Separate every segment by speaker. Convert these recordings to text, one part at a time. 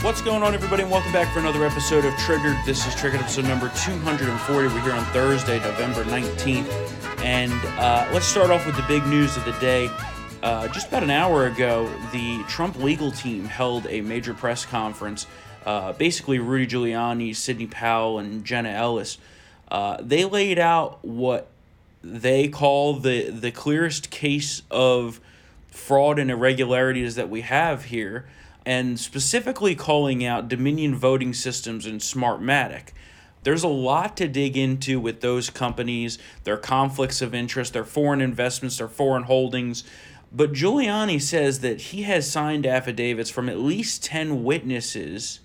Speaker 1: what's going on, everybody? And welcome back for another episode of Triggered. This is Triggered episode number 240. We're here on Thursday, November 19th. And uh, let's start off with the big news of the day. Uh, just about an hour ago, the Trump legal team held a major press conference. Uh, basically, Rudy Giuliani, Sidney Powell, and Jenna Ellis. Uh, they laid out what they call the the clearest case of fraud and irregularities that we have here, and specifically calling out Dominion Voting Systems and Smartmatic. There's a lot to dig into with those companies, their conflicts of interest, their foreign investments, their foreign holdings. But Giuliani says that he has signed affidavits from at least 10 witnesses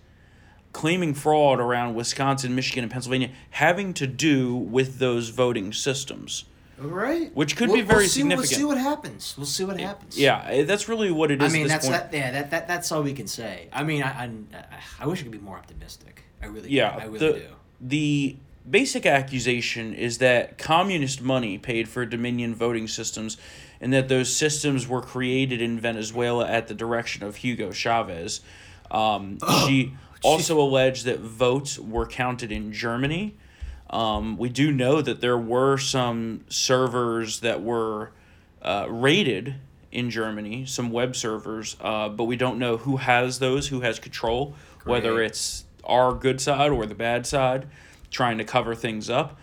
Speaker 1: claiming fraud around Wisconsin, Michigan, and Pennsylvania having to do with those voting systems.
Speaker 2: All right.
Speaker 1: Which could
Speaker 2: We'll-
Speaker 1: be very
Speaker 2: we'll see, We'll
Speaker 1: significant.
Speaker 2: see what happens. We'll see what happens.
Speaker 1: Yeah, eh, that's really what it
Speaker 2: I
Speaker 1: is.
Speaker 2: mean,
Speaker 1: at this
Speaker 2: that's
Speaker 1: point.
Speaker 2: that, yeah, that, that that's all we can say. I mean, I, I I wish I could be more optimistic. I really
Speaker 1: yeah.
Speaker 2: I really
Speaker 1: the,
Speaker 2: do.
Speaker 1: the basic accusation is that communist money paid for Dominion voting systems, and that those systems were created in Venezuela at the direction of Hugo Chavez. Um, she also alleged that votes were counted in Germany. Um, we do know that there were some servers that were uh, raided in Germany, some web servers, uh, but we don't know who has those, who has control, whether
Speaker 2: Great.
Speaker 1: it's our good side or the bad side trying to cover things up.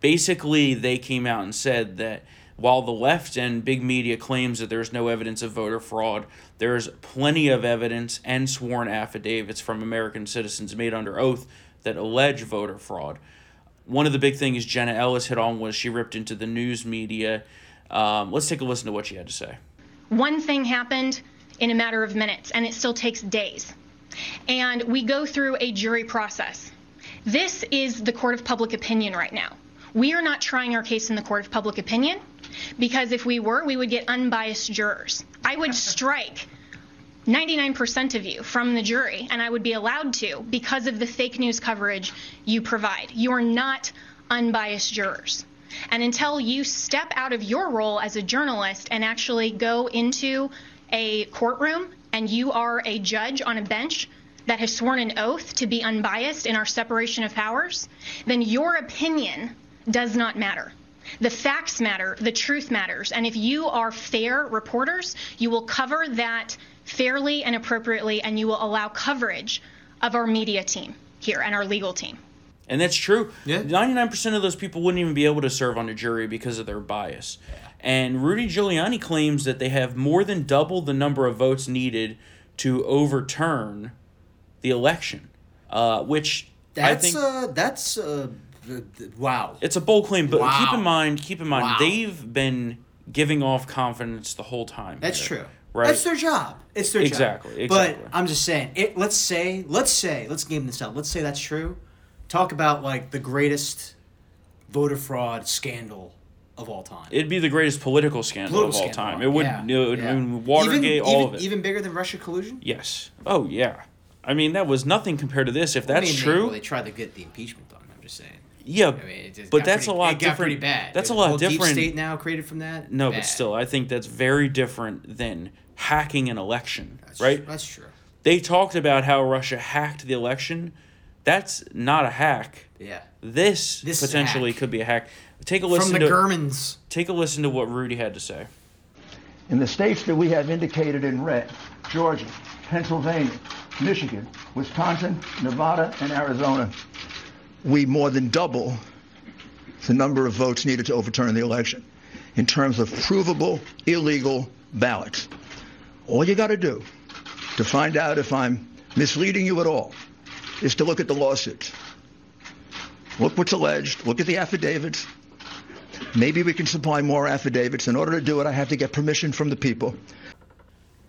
Speaker 1: Basically, they came out and said that while the left and big media claims that there's no evidence of voter fraud, there's plenty of evidence and sworn affidavits from American citizens made under oath that allege voter fraud one of the big things Jenna Ellis hit on was she ripped into the news media. Um, let's take a listen to what she had to say.
Speaker 3: One thing happened in a matter of minutes, and it still takes days. And we go through a jury process. This is the court of public opinion right now. We are not trying our case in the court of public opinion because if we were, we would get unbiased jurors. I would strike 99% of you from the jury, and I would be allowed to because of the fake news coverage you provide. You are not unbiased jurors. And until you step out of your role as a journalist and actually go into a courtroom and you are a judge on a bench that has sworn an oath to be unbiased in our separation of powers, then your opinion does not matter. The facts matter, the truth matters, and if you are fair reporters, you will cover that fairly and appropriately, and you will allow coverage of our media team here and our legal team.
Speaker 1: And that's true.
Speaker 2: Yeah.
Speaker 1: 99% of those people wouldn't even be able to serve on a jury because of their bias. And Rudy Giuliani claims that they have more than double the number of votes needed to overturn the election, uh, which I
Speaker 2: That's
Speaker 1: think
Speaker 2: uh that's uh th- th- wow.
Speaker 1: it's a bold claim. But
Speaker 2: Wow.
Speaker 1: keep in mind, keep in mind,
Speaker 2: Wow.
Speaker 1: they've been giving off confidence the whole time.
Speaker 2: That's
Speaker 1: here,
Speaker 2: true.
Speaker 1: Right.
Speaker 2: That's their job. It's their
Speaker 1: Exactly,
Speaker 2: job.
Speaker 1: exactly.
Speaker 2: But I'm just saying, it let's say, let's say, let's game this up. Let's say that's true. Talk about like the greatest voter fraud scandal of all time.
Speaker 1: It'd be the greatest political scandal
Speaker 2: Political
Speaker 1: of all
Speaker 2: scandal,
Speaker 1: time. It would,
Speaker 2: yeah,
Speaker 1: it would
Speaker 2: yeah.
Speaker 1: I mean, Watergate,
Speaker 2: even,
Speaker 1: all of
Speaker 2: even,
Speaker 1: it.
Speaker 2: Even bigger than Russia collusion?
Speaker 1: yes. Oh yeah. I mean, that was nothing compared to this. If
Speaker 2: I
Speaker 1: that's
Speaker 2: mean, they-
Speaker 1: true,
Speaker 2: well, they tried to get the impeachment done. I'm just saying.
Speaker 1: yeah.
Speaker 2: I mean, it just
Speaker 1: but
Speaker 2: got
Speaker 1: that's
Speaker 2: pretty-
Speaker 1: a lot
Speaker 2: it
Speaker 1: different.
Speaker 2: Got pretty bad.
Speaker 1: That's
Speaker 2: There
Speaker 1: a
Speaker 2: was
Speaker 1: lot
Speaker 2: whole
Speaker 1: different.
Speaker 2: Deep state now created from that.
Speaker 1: no,
Speaker 2: Bad.
Speaker 1: but still, I think that's very different than hacking an election,
Speaker 2: That's-
Speaker 1: right?
Speaker 2: That's true.
Speaker 1: They talked about how Russia hacked the election. That's not a hack.
Speaker 2: Yeah.
Speaker 1: This,
Speaker 2: This is a
Speaker 1: potentially
Speaker 2: hack.
Speaker 1: could be a hack. Take a listen
Speaker 2: from the
Speaker 1: to
Speaker 2: Germans.
Speaker 1: take a listen to what Rudy had to say.
Speaker 4: In the states that we have indicated in red, Georgia, Pennsylvania, Michigan, Wisconsin, Nevada, and Arizona, we more than double the number of votes needed to overturn the election in terms of provable illegal ballots. All you got to do to find out if I'm misleading you at all is to look at the lawsuits. Look what's alleged, look at the affidavits, Maybe we can supply more affidavits. In order to do it, I have to get permission from the people.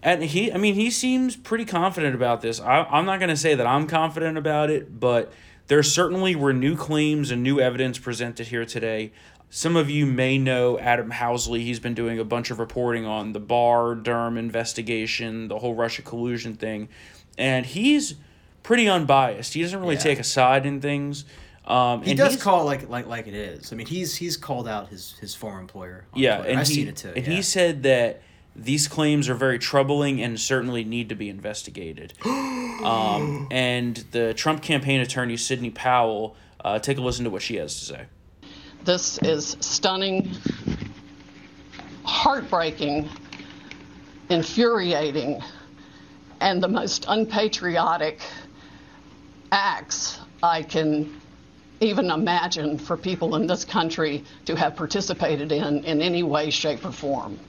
Speaker 1: And he, I mean, he seems pretty confident about this. I, I'm not going to say that I'm confident about it, but there certainly were new claims and new evidence presented here today. Some of you may know Adam Housley. He's been doing a bunch of reporting on the Barr Durham investigation, the whole Russia collusion thing, and he's pretty unbiased. He doesn't really
Speaker 2: Yeah.
Speaker 1: take a side in things. Um,
Speaker 2: He
Speaker 1: and
Speaker 2: does
Speaker 1: he's-
Speaker 2: call like like like it is. I mean, he's he's called out his his former employer. on
Speaker 1: Yeah,
Speaker 2: Twitter.
Speaker 1: and
Speaker 2: I've
Speaker 1: he,
Speaker 2: seen it too.
Speaker 1: And
Speaker 2: yeah.
Speaker 1: he said that these claims are very troubling and certainly need to be investigated. Um, and the Trump campaign attorney, Sidney Powell, uh, take a listen to what she has to say.
Speaker 5: This is stunning, heartbreaking, infuriating, and the most unpatriotic acts I can even imagine for people in this country to have participated in in any way, shape, or form.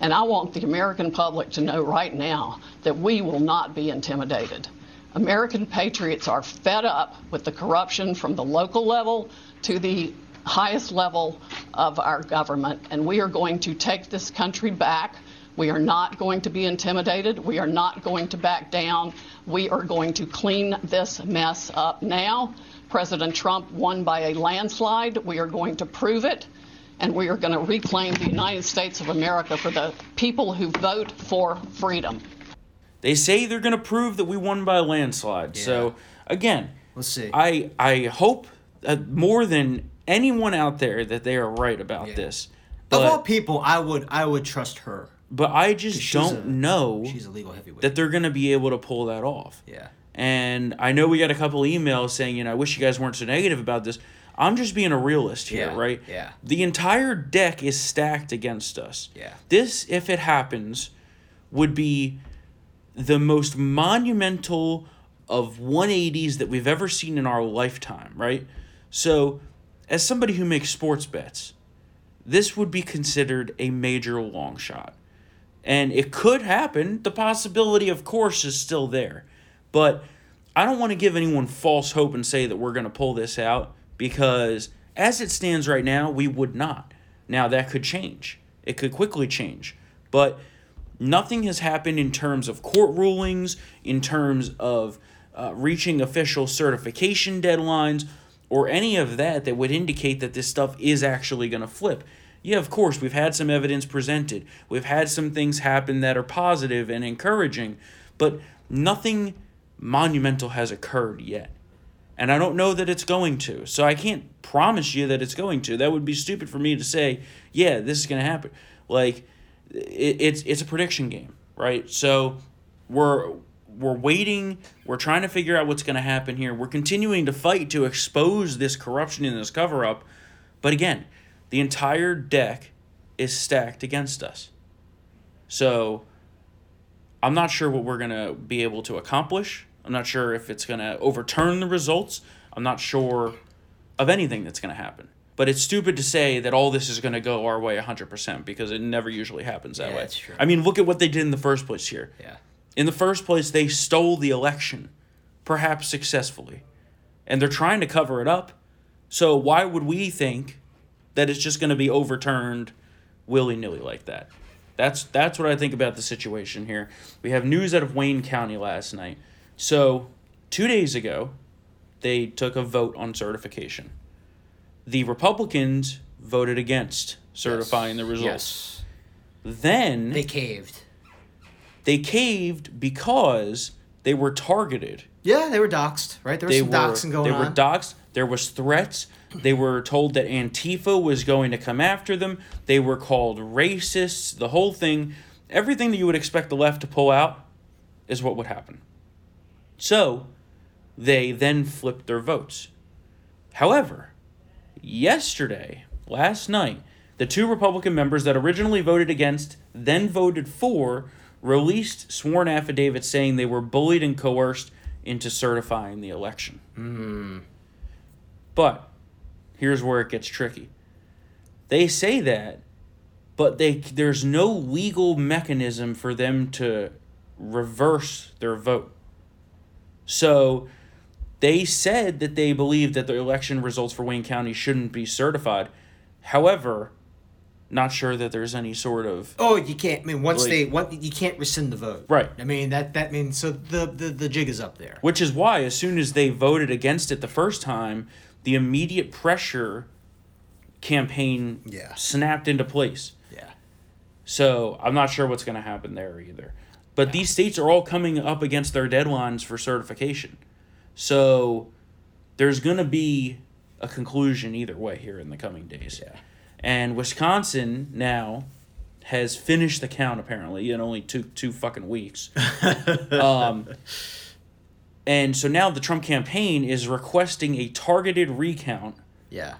Speaker 5: And I want the American public to know right now that we will not be intimidated. American patriots are fed up with the corruption from the local level to the highest level of our government, and we are going to take this country back. We are not going to be intimidated. We are not going to back down. We are going to clean this mess up now. President Trump won by a landslide. We are going to prove it, and we are going to reclaim the United States of America for the people who vote for freedom.
Speaker 1: They say they're going to prove that we won by a landslide. So again,
Speaker 2: Let's see.
Speaker 1: I I hope uh, more than anyone out there that they are right about this.
Speaker 2: of all
Speaker 1: But,
Speaker 2: people, I would I would trust her.
Speaker 1: but I just
Speaker 2: she's
Speaker 1: don't
Speaker 2: a-
Speaker 1: know
Speaker 2: She's a legal heavyweight.
Speaker 1: that they're going to be able to pull that off.
Speaker 2: yeah.
Speaker 1: And I know we got a couple emails saying, you know, I wish you guys weren't so negative about this. I'm just being a realist here,
Speaker 2: Yeah,
Speaker 1: right?
Speaker 2: yeah.
Speaker 1: The entire deck is stacked against us.
Speaker 2: Yeah.
Speaker 1: This, if it happens, would be the most monumental of 180s that we've ever seen in our lifetime, right? So, as somebody who makes sports bets, this would be considered a major long shot. And it could happen. The possibility, of course, is still there. But I don't want to give anyone false hope and say that we're going to pull this out because, as it stands right now, we would not. Now, that could change. It could quickly change. But nothing has happened in terms of court rulings, in terms of uh, reaching official certification deadlines, or any of that that would indicate that this stuff is actually going to flip. Yeah, of course, we've had some evidence presented, we've had some things happen that are positive and encouraging, but nothing monumental has occurred yet. And I don't know that it's going to. So I can't promise you that it's going to. That would be stupid for me to say, yeah, this is going to happen. Like, it, it's it's a prediction game, right? So we're we're waiting. We're trying to figure out what's going to happen here. We're continuing to fight to expose this corruption and this cover up. But again, the entire deck is stacked against us. So I'm not sure what we're going to be able to accomplish. I'm not sure if it's going to overturn the results. I'm not sure of anything that's going to happen. But it's stupid to say that all this is going to go our way 100% because it never usually happens that
Speaker 2: Yeah,
Speaker 1: way.
Speaker 2: that's true.
Speaker 1: I mean, look at what they did in the first place here.
Speaker 2: Yeah.
Speaker 1: In the first place, they stole the election, perhaps successfully. And they're trying to cover it up. So why would we think that it's just going to be overturned willy nilly like that? That's that's what I think about the situation here. We have news out of Wayne County last night. So two days ago, they took a vote on certification. The Republicans voted against certifying the results.
Speaker 2: Yes.
Speaker 1: Then
Speaker 2: They caved.
Speaker 1: they caved because they were targeted.
Speaker 2: Yeah, they were doxxed, right? There was
Speaker 1: They
Speaker 2: some
Speaker 1: were
Speaker 2: doxing going
Speaker 1: they
Speaker 2: on.
Speaker 1: were doxxed. There was threats. They were told that Antifa was going to come after them. They were called racists. The whole thing, everything that you would expect the left to pull out, is what would happen. So, they then flipped their votes. However, yesterday, last night, the two Republican members that originally voted against, then voted for, released sworn affidavits saying they were bullied and coerced into certifying the election. But here's where it gets tricky. They say that, but they there's no legal mechanism for them to reverse their vote. So they said that they believe that the election results for Wayne County shouldn't be certified. However, not sure that there's any sort of
Speaker 2: Oh, you can't. I mean, once
Speaker 1: Like-
Speaker 2: they, one, you can't rescind the vote.
Speaker 1: Right.
Speaker 2: I mean that that means so the the, the jig is up there.
Speaker 1: Which is why, as soon as they voted against it the first time, the immediate pressure campaign
Speaker 2: Yeah.
Speaker 1: snapped into place.
Speaker 2: Yeah.
Speaker 1: So I'm not sure what's going to happen there either. But these states are all coming up against their deadlines for certification. So there's going to be a conclusion either way here in the coming days. Yeah. And Wisconsin now has finished the count apparently in only two two fucking weeks. um, And so now the Trump campaign is requesting a targeted recount.
Speaker 2: Yeah.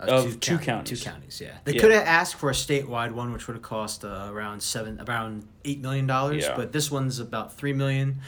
Speaker 2: Uh,
Speaker 1: Of two counties.
Speaker 2: Two counties, yeah. They
Speaker 1: Yeah.
Speaker 2: could have asked for a statewide one, which would have cost uh, around seven, around eight million dollars.
Speaker 1: Yeah.
Speaker 2: But this one's about three million.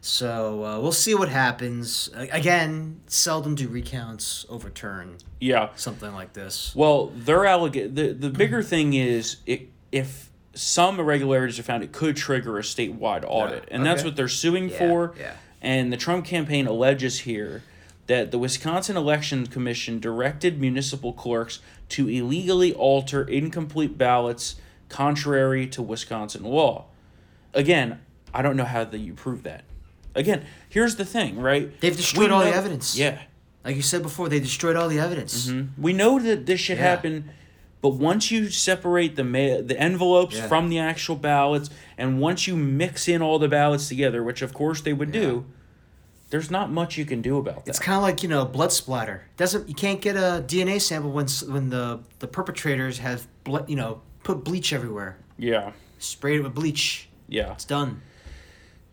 Speaker 2: So uh, we'll see what happens. A- Again, seldom do recounts overturn
Speaker 1: Yeah.
Speaker 2: something like this.
Speaker 1: Well, their alleg- the, the bigger thing is i if some irregularities are found, it could trigger a statewide audit. and that's
Speaker 2: okay.
Speaker 1: what they're suing
Speaker 2: Yeah,
Speaker 1: for.
Speaker 2: yeah.
Speaker 1: And the Trump campaign alleges here that the Wisconsin Election Commission directed municipal clerks to illegally alter incomplete ballots contrary to Wisconsin law. Again, I don't know how that you prove that. Again, here's the thing, right?
Speaker 2: They've destroyed
Speaker 1: We
Speaker 2: all the
Speaker 1: know-
Speaker 2: evidence.
Speaker 1: Yeah.
Speaker 2: Like you said before, they destroyed all the evidence.
Speaker 1: We know that this should
Speaker 2: Yeah.
Speaker 1: happen, but once you separate the ma- the envelopes
Speaker 2: Yeah.
Speaker 1: from the actual ballots, and once you mix in all the ballots together, which of course they would do, there's not much you can do about that.
Speaker 2: It's kind of like you know blood splatter. Doesn't you can't get a DNA sample when s- when the the perpetrators have ble- you know put bleach everywhere,
Speaker 1: yeah,
Speaker 2: sprayed it with bleach.
Speaker 1: yeah.
Speaker 2: It's done.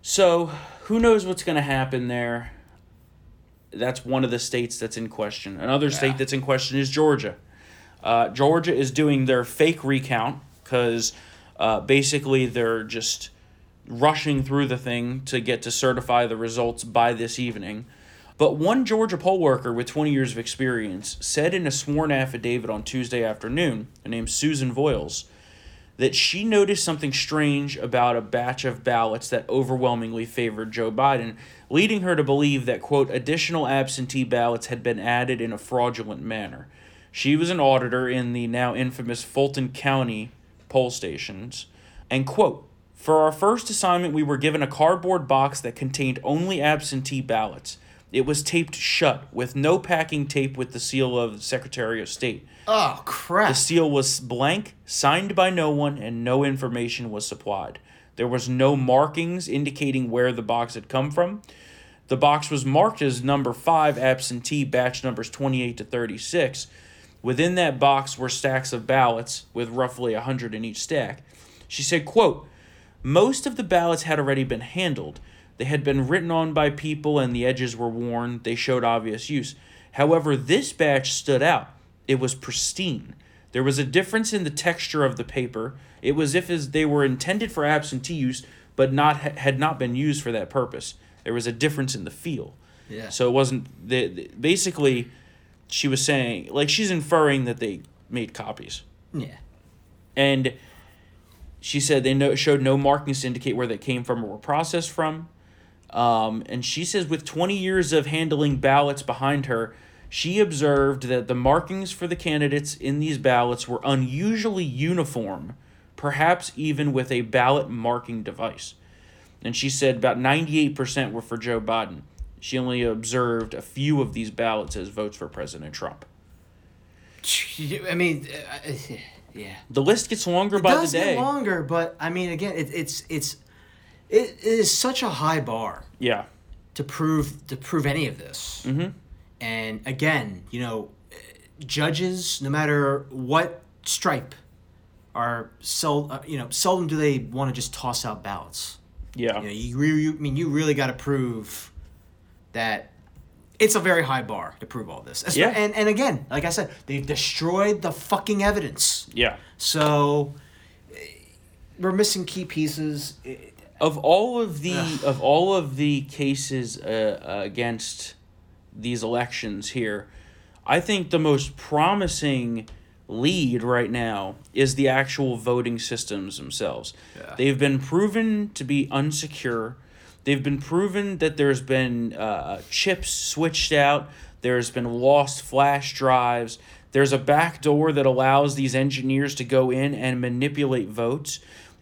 Speaker 1: So who knows what's going to happen there? That's one of the states that's in question. Another state that's in question is Georgia. Uh, Georgia is doing their fake recount because uh, basically they're just rushing through the thing to get to certify the results by this evening. But one Georgia poll worker with 20 years of experience said in a sworn affidavit on Tuesday afternoon, her name's Susan Voiles, that she noticed something strange about a batch of ballots that overwhelmingly favored Joe Biden, leading her to believe that, quote, additional absentee ballots had been added in a fraudulent manner. She was an auditor in the now infamous Fulton County poll stations, and, quote, for our first assignment, we were given a cardboard box that contained only absentee ballots. It was taped shut with no packing tape with the seal of the Secretary of State.
Speaker 2: Oh crap!
Speaker 1: The seal was blank, signed by no one, and no information was supplied. There was no markings indicating where the box had come from. The box was marked as number 5 absentee batch numbers 28 to 36. Within that box were stacks of ballots with roughly 100 in each stack. She said, quote, most of the ballots had already been handled. They had been written on by people and the edges were worn. They showed obvious use. However, this batch stood out. It was pristine. There was a difference in the texture of the paper. It was if as they were intended for absentee use, but not ha- had not been used for that purpose. There was a difference in the feel.
Speaker 2: Yeah.
Speaker 1: So it wasn't the, the basically she was saying like she's inferring that they made copies
Speaker 2: yeah.
Speaker 1: and she said they no, showed no markings to indicate where they came from or were processed from. Um, and she says with 20 years of handling ballots behind her, she observed that the markings for the candidates in these ballots were unusually uniform, perhaps even with a ballot marking device. And she said about 98% were for Joe Biden. She only observed a few of these ballots as votes for President Trump.
Speaker 2: I mean, uh, yeah.
Speaker 1: The list gets longer
Speaker 2: It
Speaker 1: by
Speaker 2: does
Speaker 1: the day.
Speaker 2: get longer, but I mean, again, it, it's it's it, it is such a high bar
Speaker 1: yeah.
Speaker 2: to prove to prove any of this. Mm-hmm. And again, you know, eh, judges, no matter what stripe, are sel- uh, you know seldom do they want to just toss out ballots.
Speaker 1: Yeah.
Speaker 2: You know, you, re- you I mean you really got to prove that it's a very high bar to prove all this. Espe-
Speaker 1: Yeah.
Speaker 2: And and again, like I said, they've destroyed the fucking evidence.
Speaker 1: Yeah.
Speaker 2: So eh, we're missing key pieces. Eh,
Speaker 1: of all of the of all of the cases uh, uh, against these elections here, I think the most promising lead right now is the actual voting systems themselves. They've been proven to be unsecure. They've been proven that there's been uh, chips switched out. There's been lost flash drives. There's a back door that allows these engineers to go in and manipulate votes.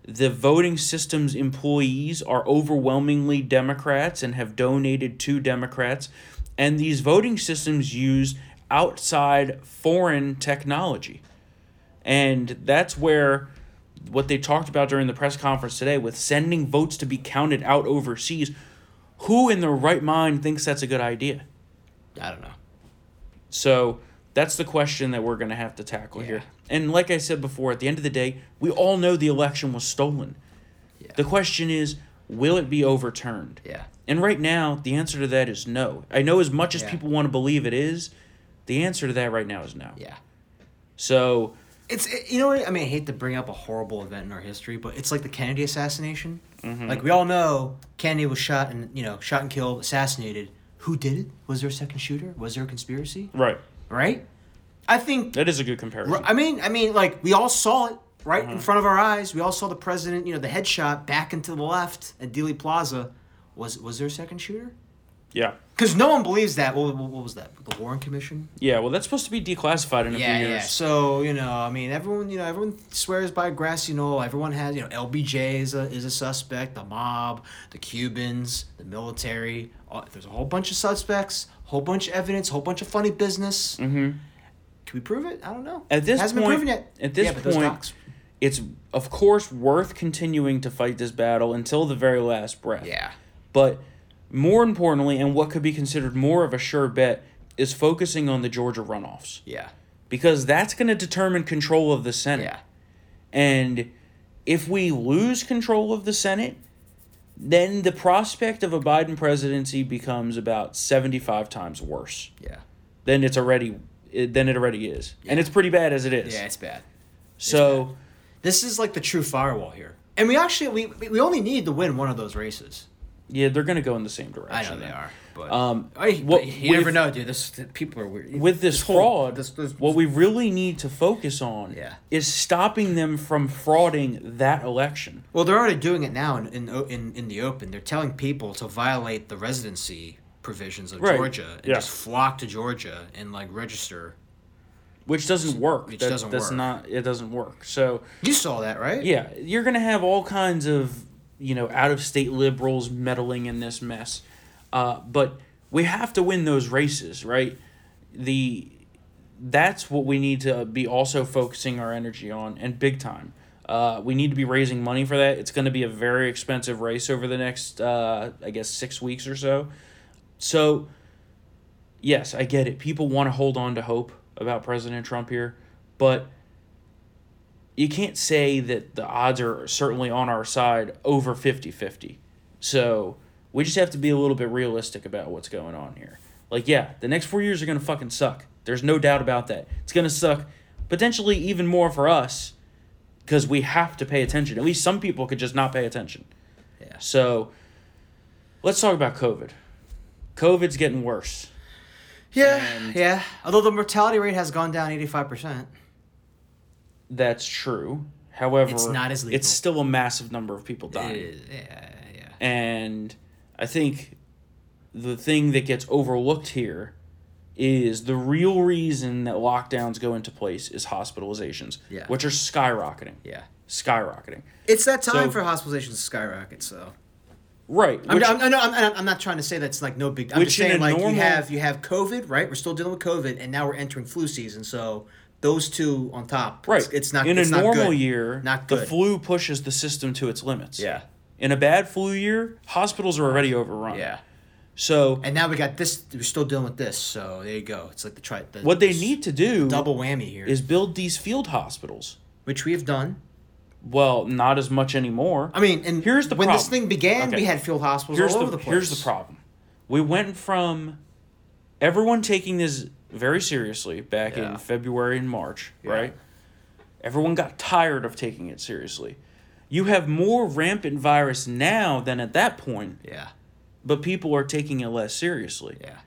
Speaker 1: The voting systems employees are overwhelmingly Democrats and have donated to Democrats. And these voting systems use outside foreign technology. And that's where what they talked about during the press conference today with sending votes to be counted out overseas. Who in their right mind thinks that's a good idea?
Speaker 2: I don't know.
Speaker 1: So that's the question that we're going to have to tackle here. And like I said before, at the end of the day, we all know the election was stolen. The question is, will it be overturned?
Speaker 2: Yeah.
Speaker 1: And right now, the answer to that is no. I know as much as
Speaker 2: Yeah.
Speaker 1: people want to believe it is, the answer to that right now is no.
Speaker 2: Yeah.
Speaker 1: So,
Speaker 2: It's it- you know what I mean. I hate to bring up a horrible event in our history, but it's like the Kennedy assassination. Like we all know, Kennedy was shot and you know shot and killed, assassinated. Who did it? Was there a second shooter? Was there a conspiracy?
Speaker 1: right.
Speaker 2: Right? I think.
Speaker 1: That is a good comparison.
Speaker 2: I mean, I mean, like we all saw it right in front of our eyes. We all saw the president. You know, the headshot back into the left at Dealey Plaza. Was was there a second shooter?
Speaker 1: Yeah.
Speaker 2: Because no one believes that. What, what, what was that? The Warren Commission?
Speaker 1: Yeah, well, that's supposed to be declassified in a few years.
Speaker 2: So you know, I mean, everyone, you know, everyone swears by grassy knoll. Everyone has, you know, LBJ is a is a suspect. The mob, the Cubans, the military. Uh, there's a whole bunch of suspects, whole bunch of evidence, whole bunch of funny business. Mm-hmm. Can we prove it? I don't know.
Speaker 1: At this
Speaker 2: hasn't
Speaker 1: point,
Speaker 2: been proven yet.
Speaker 1: at this
Speaker 2: yeah, but those
Speaker 1: point,
Speaker 2: docs-
Speaker 1: it's of course worth continuing to fight this battle until the very last breath.
Speaker 2: yeah,
Speaker 1: But more importantly, and what could be considered more of a sure bet, is focusing on the Georgia runoffs
Speaker 2: yeah,
Speaker 1: because that's going to determine control of the Senate.
Speaker 2: yeah,
Speaker 1: And if we lose control of the Senate, then the prospect of a Biden presidency becomes about 75 times worse
Speaker 2: yeah,
Speaker 1: than it's already than it already is. And it's pretty bad as it is.
Speaker 2: yeah. It's bad.
Speaker 1: so,
Speaker 2: This is like the true firewall here, and we actually we we only need to win one of those races.
Speaker 1: yeah, they're going to go in the same
Speaker 2: I
Speaker 1: direction.
Speaker 2: know they
Speaker 1: then.
Speaker 2: are, but
Speaker 1: Um,
Speaker 2: I,
Speaker 1: what-
Speaker 2: you never
Speaker 1: with-
Speaker 2: know, dude. This th- people are weird.
Speaker 1: With this,
Speaker 2: whole-
Speaker 1: fraud,
Speaker 2: this, this,
Speaker 1: what we really need to focus on
Speaker 2: Yeah.
Speaker 1: is stopping them from frauding that election.
Speaker 2: well, they're already doing it now in in, o- in in the open. They're telling people to violate the residency provisions of
Speaker 1: Right,
Speaker 2: Georgia and
Speaker 1: yeah.
Speaker 2: just flock to Georgia and like register.
Speaker 1: Which doesn't work.
Speaker 2: Which
Speaker 1: That-
Speaker 2: doesn't
Speaker 1: that's
Speaker 2: work.
Speaker 1: not it doesn't work. So
Speaker 2: You saw that, right?
Speaker 1: yeah, you're gonna have all kinds of you know out of state liberals meddling in this mess, uh, but we have to win those races, right? The that's what we need to be also focusing our energy on and big time. Uh, we need to be raising money for that. It's going to be a very expensive race over the next, uh, I guess, six weeks or so. So, yes, I get it. People want to hold on to hope about President Trump here, but you can't say that the odds are certainly on our side over 50 50. So we just have to be a little bit realistic about what's going on here. Like, yeah, the next four years are going to fucking suck. There's no doubt about that. It's going to suck potentially even more for us because we have to pay attention. At least some people could just not pay attention.
Speaker 2: Yeah.
Speaker 1: So let's talk about COVID. COVID's getting worse.
Speaker 2: yeah, yeah. Although the mortality rate has gone down eighty five percent.
Speaker 1: That's true. However,
Speaker 2: It's not as lethal.
Speaker 1: It's still a massive number of people dying.
Speaker 2: yeah, yeah.
Speaker 1: And I think the thing that gets overlooked here is the real reason that lockdowns go into place is hospitalizations,
Speaker 2: Yeah.
Speaker 1: which are skyrocketing.
Speaker 2: Yeah.
Speaker 1: Skyrocketing.
Speaker 2: It's that time
Speaker 1: So-
Speaker 2: for hospitalizations to skyrocket. So
Speaker 1: Right.
Speaker 2: I'm,
Speaker 1: which-
Speaker 2: I'm, I'm, not- I'm, I'm not trying to say that's like no big. I'm
Speaker 1: Which
Speaker 2: just
Speaker 1: in a
Speaker 2: saying like
Speaker 1: normal-
Speaker 2: you have you have COVID, right? We're still dealing with COVID, and now we're entering flu season. So those two on top,
Speaker 1: right.
Speaker 2: It's, it's not
Speaker 1: in
Speaker 2: it's
Speaker 1: a
Speaker 2: not
Speaker 1: normal
Speaker 2: good.
Speaker 1: year.
Speaker 2: Not
Speaker 1: The
Speaker 2: good.
Speaker 1: flu pushes the system to its limits.
Speaker 2: Yeah.
Speaker 1: In a bad flu year, hospitals are already overrun. So
Speaker 2: And now we got this. We're still dealing with this. So there you go. It's like the try. The,
Speaker 1: what they
Speaker 2: this
Speaker 1: need to do
Speaker 2: double whammy here,
Speaker 1: is build these field hospitals.
Speaker 2: which we have done.
Speaker 1: Well, not as much anymore.
Speaker 2: I mean, and
Speaker 1: Here's the
Speaker 2: when this
Speaker 1: problem.
Speaker 2: thing began,
Speaker 1: Okay.
Speaker 2: we had field hospitals
Speaker 1: here's
Speaker 2: all
Speaker 1: the,
Speaker 2: over the place.
Speaker 1: here's the problem. We went from everyone taking this very seriously back
Speaker 2: Yeah.
Speaker 1: in February and March, right? Everyone got tired of taking it seriously. You have more rampant virus now than at that point,
Speaker 2: Yeah,
Speaker 1: but people are taking it less seriously.
Speaker 2: yeah.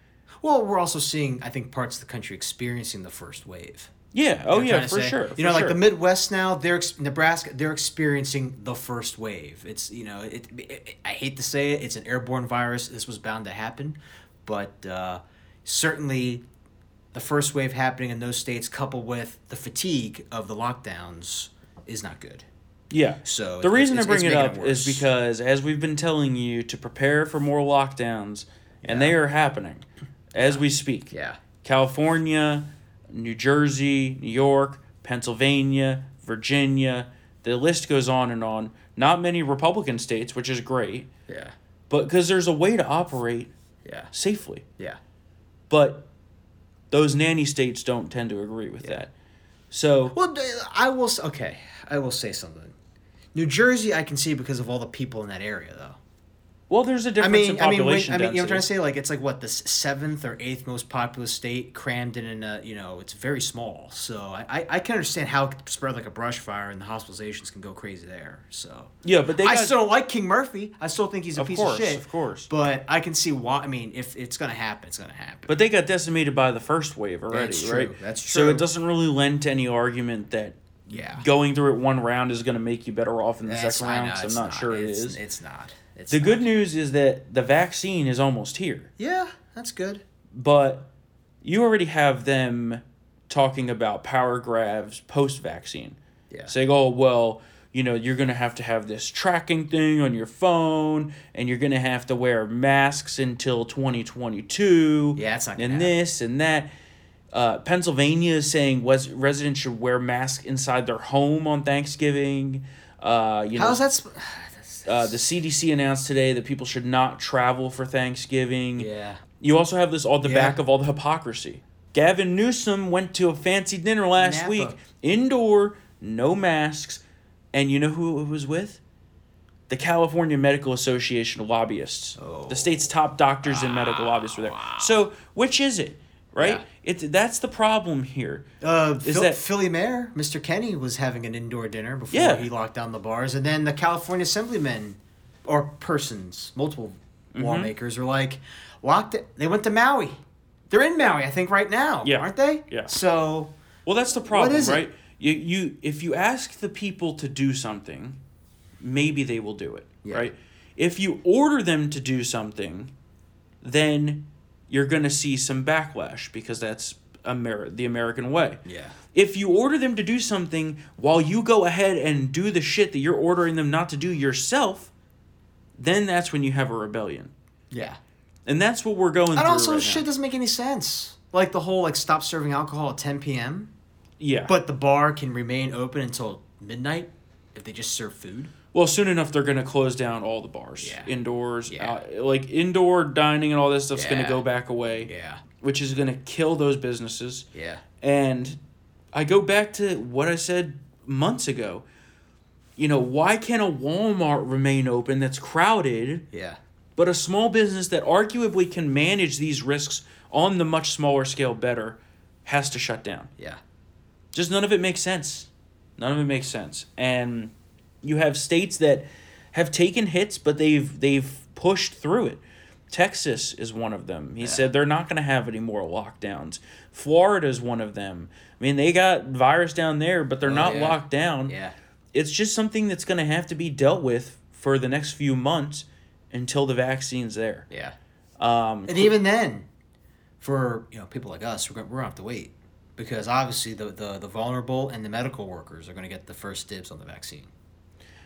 Speaker 2: Well, we're also seeing, I think, parts of the country experiencing the first wave.
Speaker 1: Yeah, oh
Speaker 2: I'm
Speaker 1: yeah,
Speaker 2: trying to
Speaker 1: for
Speaker 2: say.
Speaker 1: sure. for
Speaker 2: You know, like
Speaker 1: sure.
Speaker 2: the Midwest now, they're ex- Nebraska, they're experiencing the first wave. It's you know, it, it, I hate to say it, it's an airborne virus. This was bound to happen, but uh, certainly the first wave happening in those states, coupled with the fatigue of the lockdowns, is not good.
Speaker 1: Yeah.
Speaker 2: So
Speaker 1: the
Speaker 2: it's-
Speaker 1: reason I
Speaker 2: it's-
Speaker 1: bring
Speaker 2: it's
Speaker 1: it up
Speaker 2: making it
Speaker 1: is
Speaker 2: worse.
Speaker 1: because as we've been telling you to prepare for more lockdowns, and they are happening as we speak.
Speaker 2: Yeah.
Speaker 1: California, New Jersey, New York, Pennsylvania, Virginia, the list goes on and on. Not many Republican states, which is great,
Speaker 2: Yeah.
Speaker 1: but because there's a way to operate
Speaker 2: Yeah.
Speaker 1: safely.
Speaker 2: Yeah.
Speaker 1: But those nanny states don't tend to agree with that. So,
Speaker 2: Well, d- I will. s- Okay, I will say something. New Jersey, I can see because of all the people in that area, though.
Speaker 1: Well, there's a
Speaker 2: I
Speaker 1: difference in
Speaker 2: mean, I mean, wait,
Speaker 1: population
Speaker 2: I mean, you know, what I'm trying to
Speaker 1: density.
Speaker 2: say like it's like what the s- seventh or eighth most populous state crammed in, in a you know it's very small. So I, I, I can understand how it could spread like a brush fire and the hospitalizations can go crazy there. So
Speaker 1: Yeah, but they
Speaker 2: I
Speaker 1: got-
Speaker 2: still don't like King Murphy. I still think he's a
Speaker 1: Of
Speaker 2: piece
Speaker 1: course,
Speaker 2: of shit.
Speaker 1: of course.
Speaker 2: But I can see why. I mean, if it's gonna happen, it's gonna happen.
Speaker 1: But they got decimated by the first wave already,
Speaker 2: That's true,
Speaker 1: right?
Speaker 2: that's
Speaker 1: So
Speaker 2: true.
Speaker 1: it doesn't really lend to any argument that
Speaker 2: yeah,
Speaker 1: going through it one round is going to make you better off in the
Speaker 2: That's-
Speaker 1: second
Speaker 2: I
Speaker 1: round.
Speaker 2: know,
Speaker 1: 'cause
Speaker 2: it's
Speaker 1: I'm not, sure it
Speaker 2: it's,
Speaker 1: is.
Speaker 2: It's not. It's
Speaker 1: the
Speaker 2: not.
Speaker 1: good news is that the vaccine is almost here,
Speaker 2: Yeah, that's good.
Speaker 1: but you already have them talking about power grabs post vaccine.
Speaker 2: Yeah.
Speaker 1: Saying, oh, well, you know, you're going to have to have this tracking thing on your phone and you're going to have to wear masks until 2022.
Speaker 2: Yeah, it's not gonna
Speaker 1: And
Speaker 2: happen.
Speaker 1: this and that. Uh, Pennsylvania is saying was residents should wear masks inside their home on Thanksgiving. Uh, you
Speaker 2: How's
Speaker 1: know,
Speaker 2: that? Sp-
Speaker 1: Uh, the CDC announced today that people should not travel for Thanksgiving.
Speaker 2: yeah.
Speaker 1: You also have this all the
Speaker 2: Yeah.
Speaker 1: back of all the hypocrisy. Gavin Newsom went to a fancy dinner last
Speaker 2: Napa.
Speaker 1: week, indoor, no masks, and you know who it was with? The California Medical Association lobbyists.
Speaker 2: Oh.
Speaker 1: The state's top doctors and medical lobbyists were there. So, which is it? Right?
Speaker 2: Ah, Yeah.
Speaker 1: It's that's the problem here.
Speaker 2: Uh,
Speaker 1: Is
Speaker 2: Phil-
Speaker 1: that-
Speaker 2: Philly Mayor Mr. Kenny was having an indoor dinner before
Speaker 1: Yeah.
Speaker 2: he locked down the bars, and then the California Assemblymen or persons, multiple
Speaker 1: Mm-hmm.
Speaker 2: lawmakers, were like, locked it. They went to Maui. They're in Maui, I think, right now,
Speaker 1: Yeah.
Speaker 2: aren't they?
Speaker 1: Yeah.
Speaker 2: So
Speaker 1: Well, that's the problem,
Speaker 2: is it?
Speaker 1: right? You you if you ask the people to do something, maybe they will do it,
Speaker 2: Yeah.
Speaker 1: right? If you order them to do something, then you're going to see some backlash because that's Ameri- the American way.
Speaker 2: Yeah.
Speaker 1: If you order them to do something while you go ahead and do the shit that you're ordering them not to do yourself, then that's when you have a rebellion.
Speaker 2: yeah,
Speaker 1: And that's what we're going
Speaker 2: and
Speaker 1: through
Speaker 2: also
Speaker 1: right
Speaker 2: shit
Speaker 1: now.
Speaker 2: doesn't make any sense. Like the whole like stop serving alcohol at 10 p.m.,
Speaker 1: Yeah.
Speaker 2: but the bar can remain open until midnight if they just serve food.
Speaker 1: Well, soon enough they're going to close down all the bars,
Speaker 2: Yeah.
Speaker 1: indoors,
Speaker 2: Yeah.
Speaker 1: out, like indoor dining and all this stuff's going
Speaker 2: Yeah.
Speaker 1: to go back away,
Speaker 2: Yeah,
Speaker 1: which is going to kill those businesses.
Speaker 2: yeah,
Speaker 1: And I go back to what I said months ago. You know, why can a Walmart remain open that's crowded,
Speaker 2: yeah.
Speaker 1: but a small business that arguably can manage these risks on the much smaller scale better has to shut down?
Speaker 2: Yeah.
Speaker 1: just none of it makes sense. None of it makes sense. And you have states that have taken hits, but they've they've pushed through it. Texas is one of them. He said they're not going to have any more lockdowns. Florida is one of them. I mean, they got virus down there, but they're not
Speaker 2: Oh, yeah.
Speaker 1: locked down.
Speaker 2: Yeah.
Speaker 1: It's just something that's going to have to be dealt with for the next few months until the vaccine's there.
Speaker 2: Yeah.
Speaker 1: Um,
Speaker 2: And even then, for you know people like us, we're gonna, we're gonna have to wait because obviously the, the the vulnerable and the medical workers are gonna get the first dibs on the vaccine,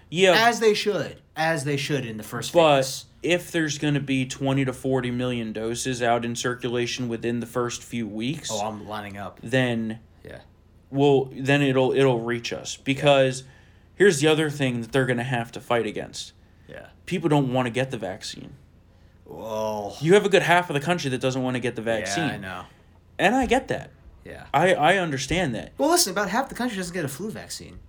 Speaker 1: yeah,
Speaker 2: as they should, as they should in the first
Speaker 1: But
Speaker 2: phase.
Speaker 1: if there's going to be 20 to 40 million doses out in circulation within the first few weeks,
Speaker 2: Oh, I'm lining up.
Speaker 1: then
Speaker 2: Yeah.
Speaker 1: we'll then it'll it'll reach us because here's the other thing that they're going to have to fight against.
Speaker 2: Yeah.
Speaker 1: People don't want to get the vaccine.
Speaker 2: Well.
Speaker 1: You have a good half of the country that doesn't want to get the vaccine.
Speaker 2: Yeah, I know.
Speaker 1: And I get that.
Speaker 2: Yeah.
Speaker 1: I I understand that.
Speaker 2: Well, listen, about half the country doesn't get a flu vaccine.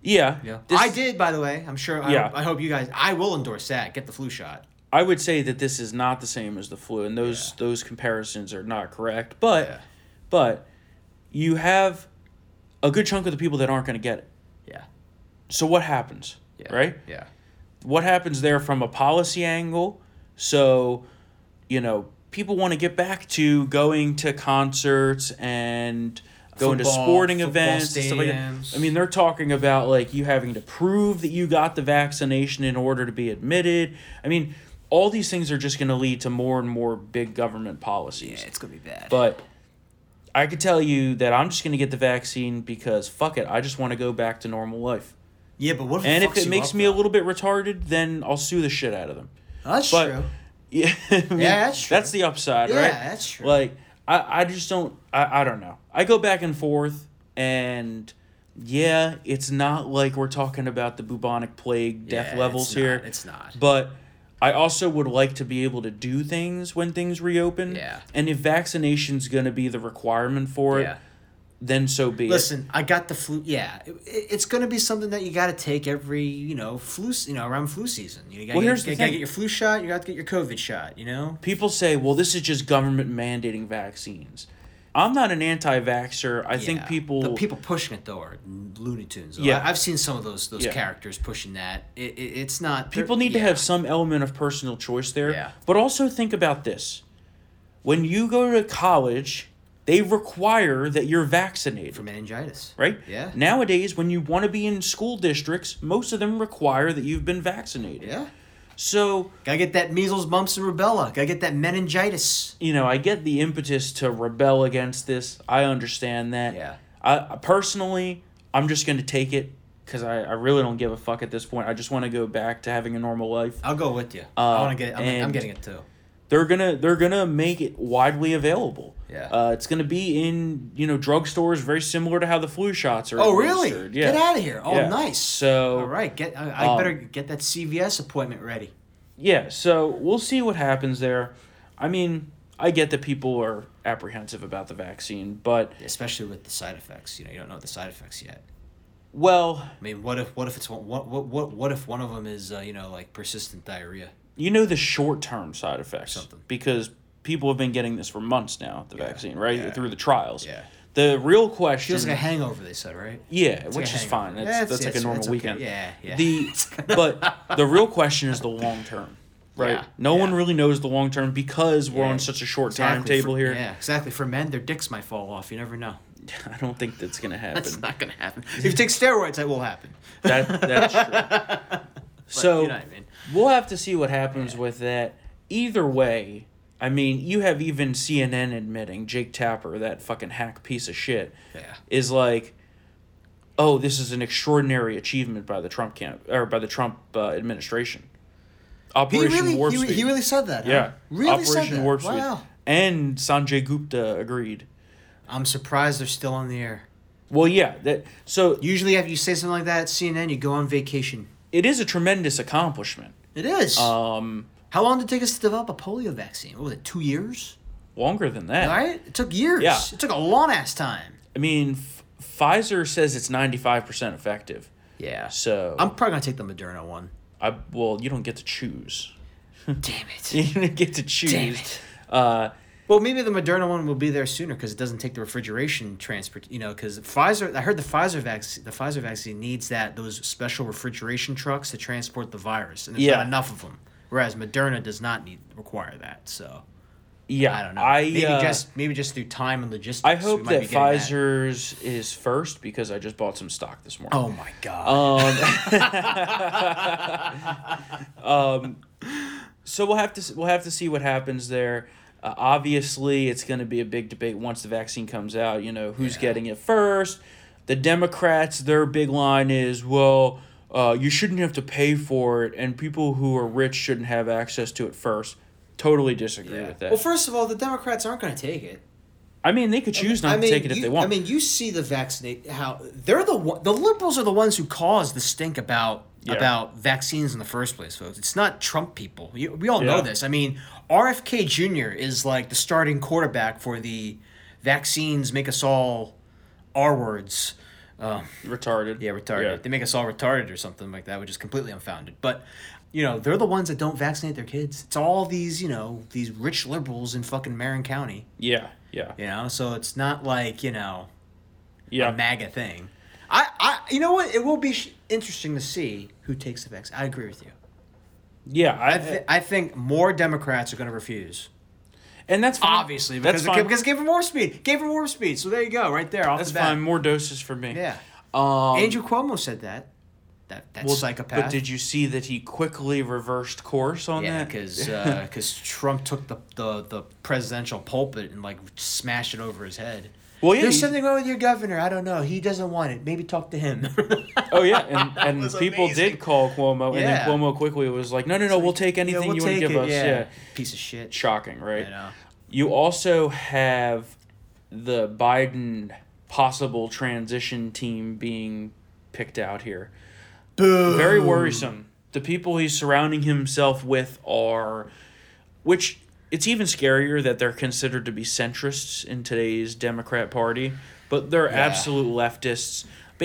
Speaker 1: Yeah. This-
Speaker 2: I did, by the way. I'm sure. I,
Speaker 1: Yeah.
Speaker 2: I hope you guys. I will endorse that. Get the flu shot.
Speaker 1: I would say that this is not the same as the flu, and those those comparisons are not correct. But
Speaker 2: Yeah.
Speaker 1: but you have a good chunk of the people that aren't going to get it.
Speaker 2: Yeah.
Speaker 1: So what happens,
Speaker 2: Yeah.
Speaker 1: right?
Speaker 2: Yeah.
Speaker 1: What happens there from a policy angle? So, you know, people want to get back to going to concerts and going to
Speaker 2: Football-
Speaker 1: sporting
Speaker 2: football
Speaker 1: events. and stuff like that.
Speaker 2: stadiums.
Speaker 1: I mean, they're talking about like you having to prove that you got the vaccination in order to be admitted. I mean, all these things are just going to lead to more and more big government policies.
Speaker 2: It's gonna be bad.
Speaker 1: But I could tell you that I'm just going to get the vaccine because fuck it, I just want to go back to normal life.
Speaker 2: yeah, but what?
Speaker 1: And if
Speaker 2: fucks
Speaker 1: it
Speaker 2: you
Speaker 1: makes
Speaker 2: up,
Speaker 1: me a
Speaker 2: though?
Speaker 1: little bit retarded, then I'll sue the shit out of them.
Speaker 2: That's
Speaker 1: but-
Speaker 2: true.
Speaker 1: Yeah, I mean,
Speaker 2: that's true.
Speaker 1: the upside,
Speaker 2: Yeah,
Speaker 1: right?
Speaker 2: that's true.
Speaker 1: Like I, I just don't I, I don't know. I go back and forth and yeah, it's not like we're talking about the bubonic plague death
Speaker 2: Yeah,
Speaker 1: levels
Speaker 2: it's
Speaker 1: here.
Speaker 2: not- it's not.
Speaker 1: But I also would like to be able to do things when things reopen.
Speaker 2: Yeah.
Speaker 1: And if vaccination's going to be the requirement for it,
Speaker 2: Yeah.
Speaker 1: then so be it.
Speaker 2: Listen, I got the flu. Yeah, it, it's going to be something that you got to take every you know flu se- you know around flu season. You got
Speaker 1: Well, here's the
Speaker 2: you gotta
Speaker 1: thing.
Speaker 2: get your flu shot. You got to get your COVID shot. You know.
Speaker 1: people say, well, this is just government mandating vaccines. I'm not an anti vaxxer. I think
Speaker 2: Yeah.
Speaker 1: people.
Speaker 2: the people pushing it though are Looney Tunes. Though.
Speaker 1: Yeah.
Speaker 2: I, have seen some of those those
Speaker 1: Yeah.
Speaker 2: characters pushing that. It, it, it's not
Speaker 1: People
Speaker 2: they're-
Speaker 1: need to
Speaker 2: yeah.
Speaker 1: have some element of personal choice there.
Speaker 2: Yeah.
Speaker 1: But also think about this. When you go to college, they require that you're vaccinated.
Speaker 2: for meningitis.
Speaker 1: right?
Speaker 2: Yeah.
Speaker 1: Nowadays, when you want to be in school districts, most of them require that you've been vaccinated.
Speaker 2: Yeah.
Speaker 1: So,
Speaker 2: Gotta get that measles, mumps, and rubella. Gotta get that meningitis.
Speaker 1: you know, I get the impetus to rebel against this. I understand that.
Speaker 2: Yeah.
Speaker 1: I I- personally, I'm just going to take it because I, I really don't give a fuck at this point. I just want to go back to having a normal life.
Speaker 2: I'll go with you. I want to get. I'm, I'm
Speaker 1: Uh, and-
Speaker 2: getting it too.
Speaker 1: They're gonna they're gonna make it widely available.
Speaker 2: Yeah.
Speaker 1: Uh, it's gonna be in you know drugstores, very similar to how the flu shots are.
Speaker 2: Oh really?
Speaker 1: administered.
Speaker 2: Get out of here. Oh
Speaker 1: Yeah.
Speaker 2: nice.
Speaker 1: So
Speaker 2: all right, get. I, I
Speaker 1: um,
Speaker 2: better get that CVS appointment ready.
Speaker 1: yeah, so we'll see what happens there. I mean, I get that people are apprehensive about the vaccine, but
Speaker 2: especially with the side effects. You know, you don't know the side effects yet.
Speaker 1: well,
Speaker 2: I mean, what if what if it's one what what what, what if one of them is uh, you know like persistent diarrhea?
Speaker 1: you know the short term side effects
Speaker 2: Something.
Speaker 1: because people have been getting this for months now, the vaccine, right? Through the trials.
Speaker 2: Yeah.
Speaker 1: The real question
Speaker 2: Feels like a hangover. They said right.
Speaker 1: Mm. Yeah,
Speaker 2: like
Speaker 1: which
Speaker 2: a
Speaker 1: is
Speaker 2: hangover.
Speaker 1: fine. That's
Speaker 2: That's-
Speaker 1: that's like a
Speaker 2: that's-
Speaker 1: normal
Speaker 2: that's okay.
Speaker 1: weekend.
Speaker 2: Yeah, yeah.
Speaker 1: The but the real question is the long term. Right.
Speaker 2: Yeah,
Speaker 1: no one
Speaker 2: yeah.
Speaker 1: really knows the long term because we're
Speaker 2: Yeah,
Speaker 1: on such a short
Speaker 2: Exactly,
Speaker 1: timetable
Speaker 2: for-
Speaker 1: here.
Speaker 2: Yeah, exactly. For men, their dicks might fall off. You never know.
Speaker 1: I don't think that's gonna happen.
Speaker 2: It's not gonna happen. if you take steroids, that will happen.
Speaker 1: That that's true. so
Speaker 2: you know what I mean.
Speaker 1: we'll have to see what happens with that. Either way, I mean, you have even CNN admitting Jake Tapper, that fucking hack piece of shit,
Speaker 2: Yeah.
Speaker 1: is like, oh, this is an extraordinary achievement by the Trump camp or by the Trump uh, administration.
Speaker 2: He
Speaker 1: Operation
Speaker 2: really,
Speaker 1: Warp
Speaker 2: he,
Speaker 1: Speed.
Speaker 2: he really said that. huh?
Speaker 1: yeah,
Speaker 2: really
Speaker 1: Operation
Speaker 2: said that.
Speaker 1: Warp Speed.
Speaker 2: wow.
Speaker 1: And Sanjay Gupta agreed.
Speaker 2: I'm surprised they're still on the air.
Speaker 1: Well, yeah, that so
Speaker 2: Usually, after you say something like that at CNN, you go on vacation.
Speaker 1: it is a tremendous accomplishment.
Speaker 2: It is.
Speaker 1: Um,
Speaker 2: How long did it take us to develop a polio vaccine? What was it? Two years.
Speaker 1: longer than that.
Speaker 2: Right? It took years.
Speaker 1: Yeah.
Speaker 2: It took a long ass time.
Speaker 1: I mean, F- Pfizer says it's 95% effective.
Speaker 2: Yeah.
Speaker 1: So,
Speaker 2: I'm probably gonna take the Moderna one.
Speaker 1: I well, you don't get to choose.
Speaker 2: Damn it.
Speaker 1: You don't get to choose.
Speaker 2: Damn it.
Speaker 1: Uh,
Speaker 2: Well, maybe the Moderna one will be there sooner because it doesn't take the refrigeration transport. You know, because Pfizer. I heard the Pfizer vaccine. The Pfizer vaccine needs that those special refrigeration trucks to transport the virus, and there's
Speaker 1: Yeah.
Speaker 2: not enough of them. Whereas Moderna does not need require that. So
Speaker 1: yeah,
Speaker 2: I don't know.
Speaker 1: I
Speaker 2: maybe
Speaker 1: uh,
Speaker 2: just maybe just through time and logistics.
Speaker 1: I
Speaker 2: we
Speaker 1: hope
Speaker 2: might
Speaker 1: that
Speaker 2: be getting that.
Speaker 1: Pfizer's is first because I just bought some stock this morning.
Speaker 2: Oh my god.
Speaker 1: Um, um, So we'll have to s- we'll have to see what happens there. Uh, obviously, it's going to be a big debate once the vaccine comes out. You know who's getting it first. The Democrats, their big line is, well, uh, you shouldn't have to pay for it, and people who are rich shouldn't have access to it first. Totally disagree with that.
Speaker 2: Well, first of all, the Democrats aren't going to take it.
Speaker 1: I mean, they could choose not
Speaker 2: I mean,
Speaker 1: to take it if
Speaker 2: you,
Speaker 1: they want.
Speaker 2: I mean, you see the vaccinate how they're the one, the liberals are the ones who caused the stink about
Speaker 1: Yeah.
Speaker 2: about vaccines in the first place, folks. It's not Trump people. You, we all
Speaker 1: Yeah.
Speaker 2: know this. I mean, RFK Jr. is like the starting quarterback for the vaccines make us all R words.
Speaker 1: retarded.
Speaker 2: Yeah, retarded. They make us all retarded or something like that, which is completely unfounded. But you know, they're the ones that don't vaccinate their kids. It's all these, you know, these rich liberals in fucking Marin County.
Speaker 1: Yeah, yeah, yeah.
Speaker 2: You know, so it's not like you know
Speaker 1: yeah.
Speaker 2: a MAGA thing. I, I, you know what? It will be sh- interesting to see who takes the vaccine. I agree with you.
Speaker 1: I,
Speaker 2: I, th- I think more Democrats are going to refuse.
Speaker 1: and that's fine.
Speaker 2: Obviously, because
Speaker 1: that's fine.
Speaker 2: because it gave him more speed, gave him more speed. So there you go, right there. Off
Speaker 1: that's
Speaker 2: the bat.
Speaker 1: fine. More doses for me.
Speaker 2: Yeah.
Speaker 1: Um,
Speaker 2: Andrew Cuomo said that. That that
Speaker 1: well,
Speaker 2: psychopath.
Speaker 1: But did you see that he quickly reversed course on
Speaker 2: Yeah,
Speaker 1: that?
Speaker 2: because because Trump took the, the the presidential pulpit and like smashed it over his head.
Speaker 1: Well, yeah,
Speaker 2: There's
Speaker 1: he's-
Speaker 2: something wrong with your governor. I don't know. He doesn't want it. Maybe talk to him.
Speaker 1: Oh yeah, and, and people
Speaker 2: amazing.
Speaker 1: did call Cuomo, and
Speaker 2: Yeah.
Speaker 1: then Cuomo quickly was like, "No, no, no, we'll take anything you want to give us." Yeah.
Speaker 2: Piece of shit.
Speaker 1: shocking, right?
Speaker 2: I know.
Speaker 1: You also have the Biden possible transition team being picked out here. Very worrisome. The people he's surrounding himself with are, which it's even scarier that they're considered to be centrists in today's Democrat Party. but they're absolute leftists.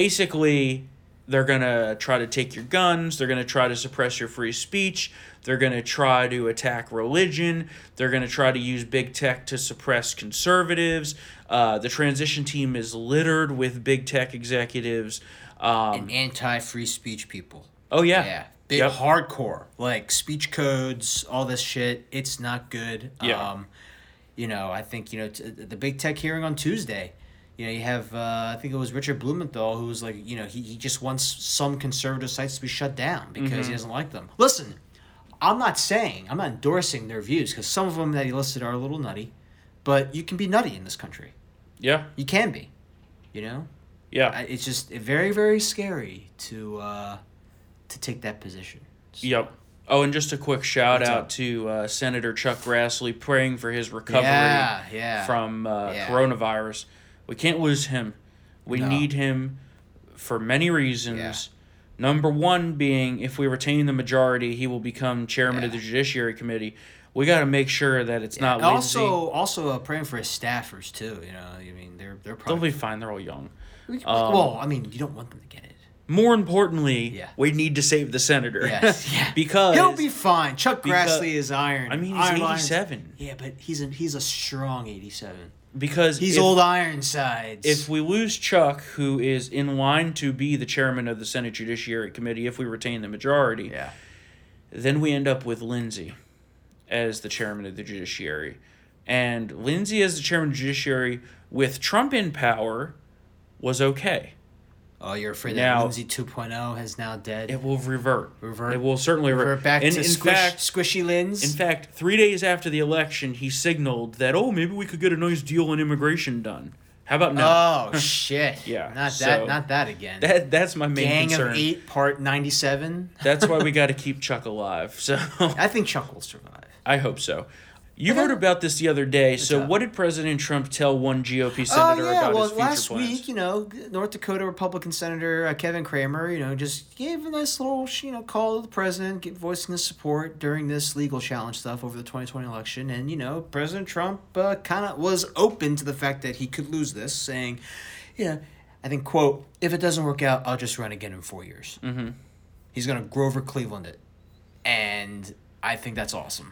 Speaker 1: Basically, they're going to try to take your guns. They're going to try to suppress your free speech. They're going to try to attack religion. They're going to try to use big tech to suppress conservatives. Uh, the transition team is littered with big tech executives. Um,
Speaker 2: Anti free speech people.
Speaker 1: oh, yeah.
Speaker 2: Yeah. Big
Speaker 1: Yep.
Speaker 2: hardcore. Like speech codes, all this shit. It's not good.
Speaker 1: Yeah.
Speaker 2: Um, you know, I think, you know, t- the big tech hearing on Tuesday, you know, you have, uh, I think it was Richard Blumenthal who was like, you know, he, he just wants some conservative sites to be shut down because
Speaker 1: Mm-hmm.
Speaker 2: he doesn't like them. Listen, I'm not saying, I'm not endorsing their views because some of them that he listed are a little nutty, but you can be nutty in this country.
Speaker 1: Yeah.
Speaker 2: You can be, you know?
Speaker 1: Yeah.
Speaker 2: I- It's just very, very scary to uh, to take that position.
Speaker 1: Yep. Oh, and just a quick shout
Speaker 2: What's
Speaker 1: out
Speaker 2: up?
Speaker 1: to uh, Senator Chuck Grassley, praying for his recovery
Speaker 2: Yeah, yeah.
Speaker 1: from uh,
Speaker 2: Yeah.
Speaker 1: coronavirus. We can't lose him. We
Speaker 2: No.
Speaker 1: need him for many reasons. Number one being, if we retain the majority, he will become chairman of the
Speaker 2: Yeah.
Speaker 1: Judiciary Committee. We got to make sure that it's not Lindsey.
Speaker 2: also, also uh, praying for his staffers too. You know, I mean, they're they're
Speaker 1: They'll
Speaker 2: probably
Speaker 1: be fine. They're all young. um,
Speaker 2: well. I mean, you don't want them to get it.
Speaker 1: More importantly,
Speaker 2: Yeah.
Speaker 1: we need to save the senator.
Speaker 2: Yes, yeah.
Speaker 1: because
Speaker 2: He'll be fine. Chuck
Speaker 1: because-
Speaker 2: Grassley is iron.
Speaker 1: I mean, he's
Speaker 2: Iron lines.
Speaker 1: 87.
Speaker 2: Yeah, but he's a he's a strong eighty-seven.
Speaker 1: because
Speaker 2: He's
Speaker 1: if-
Speaker 2: old Ironsides.
Speaker 1: If we lose Chuck, who is in line to be the chairman of the Senate Judiciary Committee, if we retain the majority,
Speaker 2: yeah,
Speaker 1: then we end up with Lindsey as the chairman of the judiciary. And Lindsey as the chairman of the judiciary with Trump in power was okay.
Speaker 2: oh, you're afraid
Speaker 1: Now-
Speaker 2: that Lindsay 2.0 has now dead.
Speaker 1: It will revert.
Speaker 2: Revert.
Speaker 1: It will certainly
Speaker 2: We're
Speaker 1: revert.
Speaker 2: back
Speaker 1: And
Speaker 2: to
Speaker 1: in
Speaker 2: squish,
Speaker 1: fact,
Speaker 2: squishy lens.
Speaker 1: In fact, three days after the election, he signaled that, oh, maybe we could get a nice deal on immigration done. How about no?
Speaker 2: Oh shit!
Speaker 1: Yeah,
Speaker 2: not
Speaker 1: so-
Speaker 2: that, not that again.
Speaker 1: that, that's my main
Speaker 2: Gang
Speaker 1: concern.
Speaker 2: of Eight, Part Ninety Seven.
Speaker 1: That's why we got to keep Chuck alive. So
Speaker 2: I think Chuck will survive.
Speaker 1: I hope so. You wrote about this the other day. So what did President Trump tell one GOP senator about his future
Speaker 2: Oh, last
Speaker 1: plans?
Speaker 2: week, you know, North Dakota Republican Senator uh, Kevin Kramer, you know, just gave a nice little, sh- you know, call to the president, get, voicing his support during this legal challenge stuff over the 2020 election. And, you know, President Trump uh, kind of was open to the fact that he could lose this, saying, you know, I think, quote, if it doesn't work out, I'll just run again in four years. Mm-hmm. He's going to Grover Cleveland it. And I think that's awesome.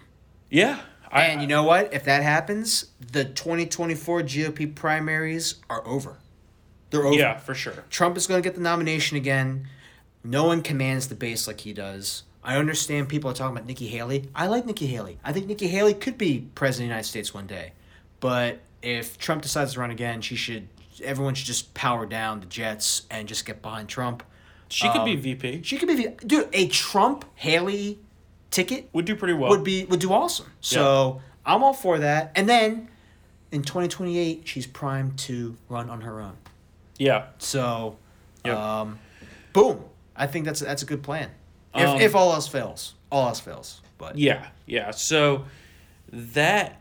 Speaker 1: yeah, I,
Speaker 2: And you know what? If that happens, the 2024 GOP primaries are over. They're over.
Speaker 1: yeah, for sure.
Speaker 2: Trump is going to get the nomination again. No one commands the base like he does. I understand people are talking about Nikki Haley. I like Nikki Haley. I think Nikki Haley could be president of the United States one day. But if Trump decides to run again, she should everyone should just power down the jets and just get behind Trump.
Speaker 1: She could be VP.
Speaker 2: She could be dude, a Trump Haley ticket
Speaker 1: Would do pretty well.
Speaker 2: would be would do awesome. So I'm all for that. And then in 2028, she's primed to run on her own.
Speaker 1: Yeah,
Speaker 2: So,
Speaker 1: Yep.
Speaker 2: um, boom. I think that's that's a good plan. If,
Speaker 1: Um,
Speaker 2: if all else fails, all else fails. But
Speaker 1: yeah, yeah. So that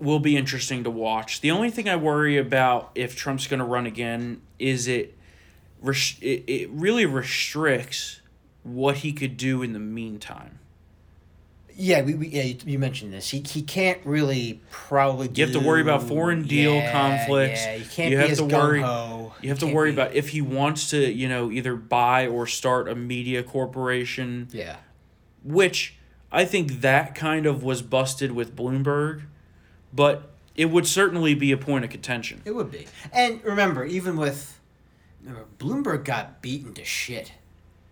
Speaker 1: will be interesting to watch. The only thing I worry about if Trump's going to run again is it, res- it it really restricts what he could do in the meantime.
Speaker 2: yeah, we, we yeah you, you mentioned this. He, he can't really probably.
Speaker 1: You have to worry about foreign deal conflicts.
Speaker 2: Yeah, you can't
Speaker 1: You
Speaker 2: be
Speaker 1: have
Speaker 2: as
Speaker 1: to worry-
Speaker 2: gung-ho.
Speaker 1: You have to
Speaker 2: can't
Speaker 1: worry
Speaker 2: be-
Speaker 1: about if he wants to, you know, either buy or start a media corporation,
Speaker 2: yeah.
Speaker 1: which I think that kind of was busted with Bloomberg, but it would certainly be a point of contention.
Speaker 2: It would be. And remember, even with remember, Bloomberg got beaten to shit.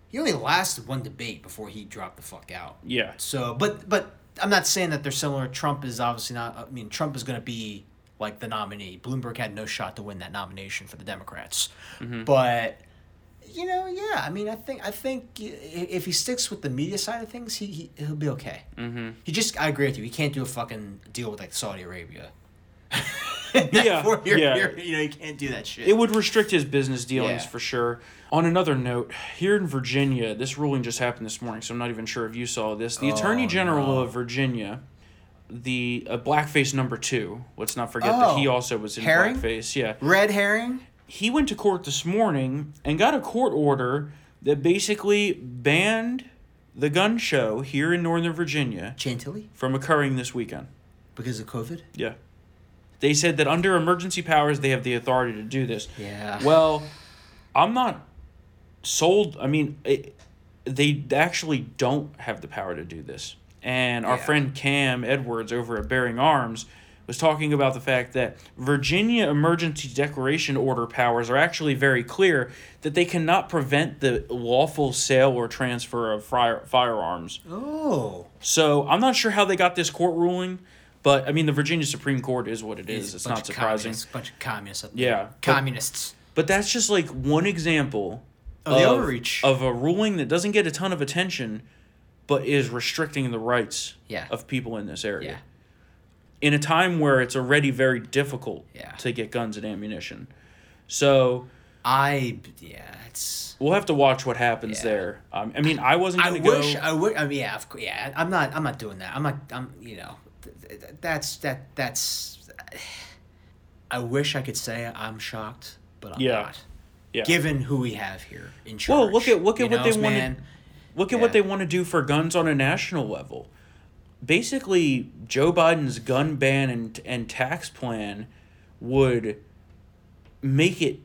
Speaker 2: He only lasted one debate before he dropped the fuck out.
Speaker 1: Yeah.
Speaker 2: So, but but I'm not saying that they're similar. Trump is obviously not. I mean, Trump is going to be like the nominee. Bloomberg had no shot to win that nomination for the Democrats.
Speaker 1: Mm-hmm.
Speaker 2: But you know, yeah. I mean, I think I think i- if he sticks with the media side of things, he, he he'll be okay. Mm-hmm. He just I agree with you. He can't do a fucking deal with like Saudi Arabia.
Speaker 1: Yeah,
Speaker 2: You're-
Speaker 1: yeah.
Speaker 2: you're- you know, you can't do that shit.
Speaker 1: It would restrict his business dealings
Speaker 2: Yeah.
Speaker 1: for sure. On another note, here in Virginia, this ruling just happened this morning, so I'm not even sure if you saw this.
Speaker 2: Oh,
Speaker 1: The Attorney General of Virginia, the uh, blackface number two, let's not forget that he
Speaker 2: Oh.
Speaker 1: also was in
Speaker 2: Herring?
Speaker 1: blackface. Yeah.
Speaker 2: Red herring.
Speaker 1: he went to court this morning and got a court order that basically banned the gun show here in Northern Virginia
Speaker 2: Chantilly
Speaker 1: from occurring this weekend.
Speaker 2: because of COVID.
Speaker 1: Yeah. They said that under emergency powers, they have the authority to do this.
Speaker 2: Yeah.
Speaker 1: Well, I'm not sold. I mean, it, they actually don't have the power to do this. And our
Speaker 2: Yeah.
Speaker 1: friend Cam Edwards over at Bearing Arms was talking about the fact that Virginia emergency declaration order powers are actually very clear that they cannot prevent the lawful sale or transfer of fire, firearms.
Speaker 2: Oh.
Speaker 1: So I'm not sure how they got this court ruling, but I mean, the Virginia Supreme Court is what it is.
Speaker 2: It's a
Speaker 1: It's
Speaker 2: bunch
Speaker 1: not
Speaker 2: of
Speaker 1: surprising.
Speaker 2: communists- bunch of communists up there.
Speaker 1: Yeah. But-
Speaker 2: Communists.
Speaker 1: But that's just like one example
Speaker 2: Of the overreach.
Speaker 1: of a ruling that doesn't get a ton of attention, but is restricting the rights
Speaker 2: Yeah.
Speaker 1: of people in this area
Speaker 2: Yeah.
Speaker 1: in a time where it's already very difficult
Speaker 2: Yeah.
Speaker 1: to get guns and ammunition. So
Speaker 2: I yeah, it's
Speaker 1: we'll have to watch what happens
Speaker 2: Yeah.
Speaker 1: there. Um, I mean, I wasn't
Speaker 2: I
Speaker 1: going to go.
Speaker 2: wish I would I mean, yeah, of course, yeah. I'm not I'm not doing that. I'm not I'm you know th- th- that's that that's I wish I could say I'm shocked, but I'm
Speaker 1: Yeah.
Speaker 2: not.
Speaker 1: Yeah.
Speaker 2: Given who we have here in charge.
Speaker 1: Well, look at- look at
Speaker 2: You
Speaker 1: what they
Speaker 2: knows,
Speaker 1: wanted-
Speaker 2: man?
Speaker 1: Look at
Speaker 2: Yeah.
Speaker 1: what they want to do for guns on a national level. Basically, Joe Biden's gun ban and, and tax plan would make it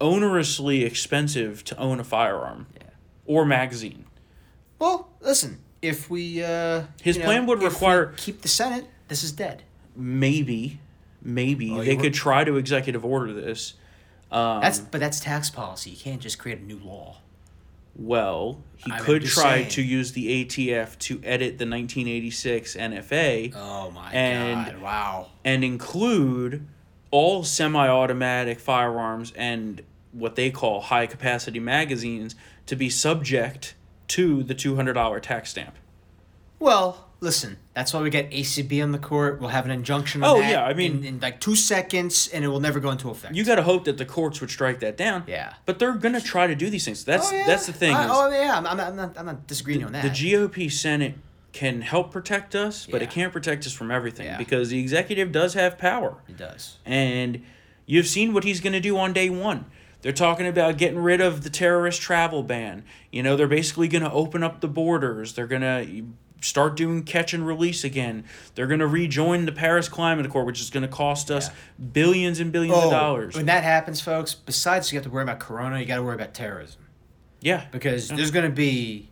Speaker 1: onerously expensive to own a firearm or magazine.
Speaker 2: Well, listen, if we uh
Speaker 1: His
Speaker 2: you know,
Speaker 1: plan would
Speaker 2: if we
Speaker 1: require-
Speaker 2: keep the Senate, this is dead.
Speaker 1: Maybe, maybe
Speaker 2: Oh,
Speaker 1: they
Speaker 2: you were-
Speaker 1: could try to executive order this.
Speaker 2: That's
Speaker 1: Um,
Speaker 2: but that's tax policy. You can't just create a new law.
Speaker 1: Well, he
Speaker 2: I mean,
Speaker 1: could
Speaker 2: just
Speaker 1: try
Speaker 2: saying.
Speaker 1: to use the ATF to edit the 1986 NFA
Speaker 2: Oh my
Speaker 1: And-
Speaker 2: god. Wow.
Speaker 1: and include all semi automatic firearms and what they call high capacity magazines to be subject to the $200 tax stamp.
Speaker 2: Well, listen, that's why we get ACB on the court. We'll have an injunction on
Speaker 1: Oh,
Speaker 2: that
Speaker 1: yeah, I mean-
Speaker 2: in, in like two seconds, and it will never go into effect.
Speaker 1: You got to hope that the courts would strike that down.
Speaker 2: Yeah.
Speaker 1: But they're going to try to do these things. That's
Speaker 2: Oh, yeah.
Speaker 1: that's the thing.
Speaker 2: I,
Speaker 1: is
Speaker 2: oh yeah, I'm, I'm, not, I'm not. I'm not disagreeing on that.
Speaker 1: the GOP Senate can help protect us, but it
Speaker 2: Yeah.
Speaker 1: can't protect us from everything
Speaker 2: Yeah.
Speaker 1: because the executive does have power.
Speaker 2: it does.
Speaker 1: And you've seen what he's going to do on day one. They're talking about getting rid of the terrorist travel ban. You know, they're basically going to open up the borders. They're going to start doing catch and release again. They're going to rejoin the Paris Climate Accord, which is going to cost us billions and billions of dollars.
Speaker 2: Oh, when that happens, folks. Besides, you have to worry about Corona. You got to worry about terrorism
Speaker 1: yeah.
Speaker 2: because there's going to be.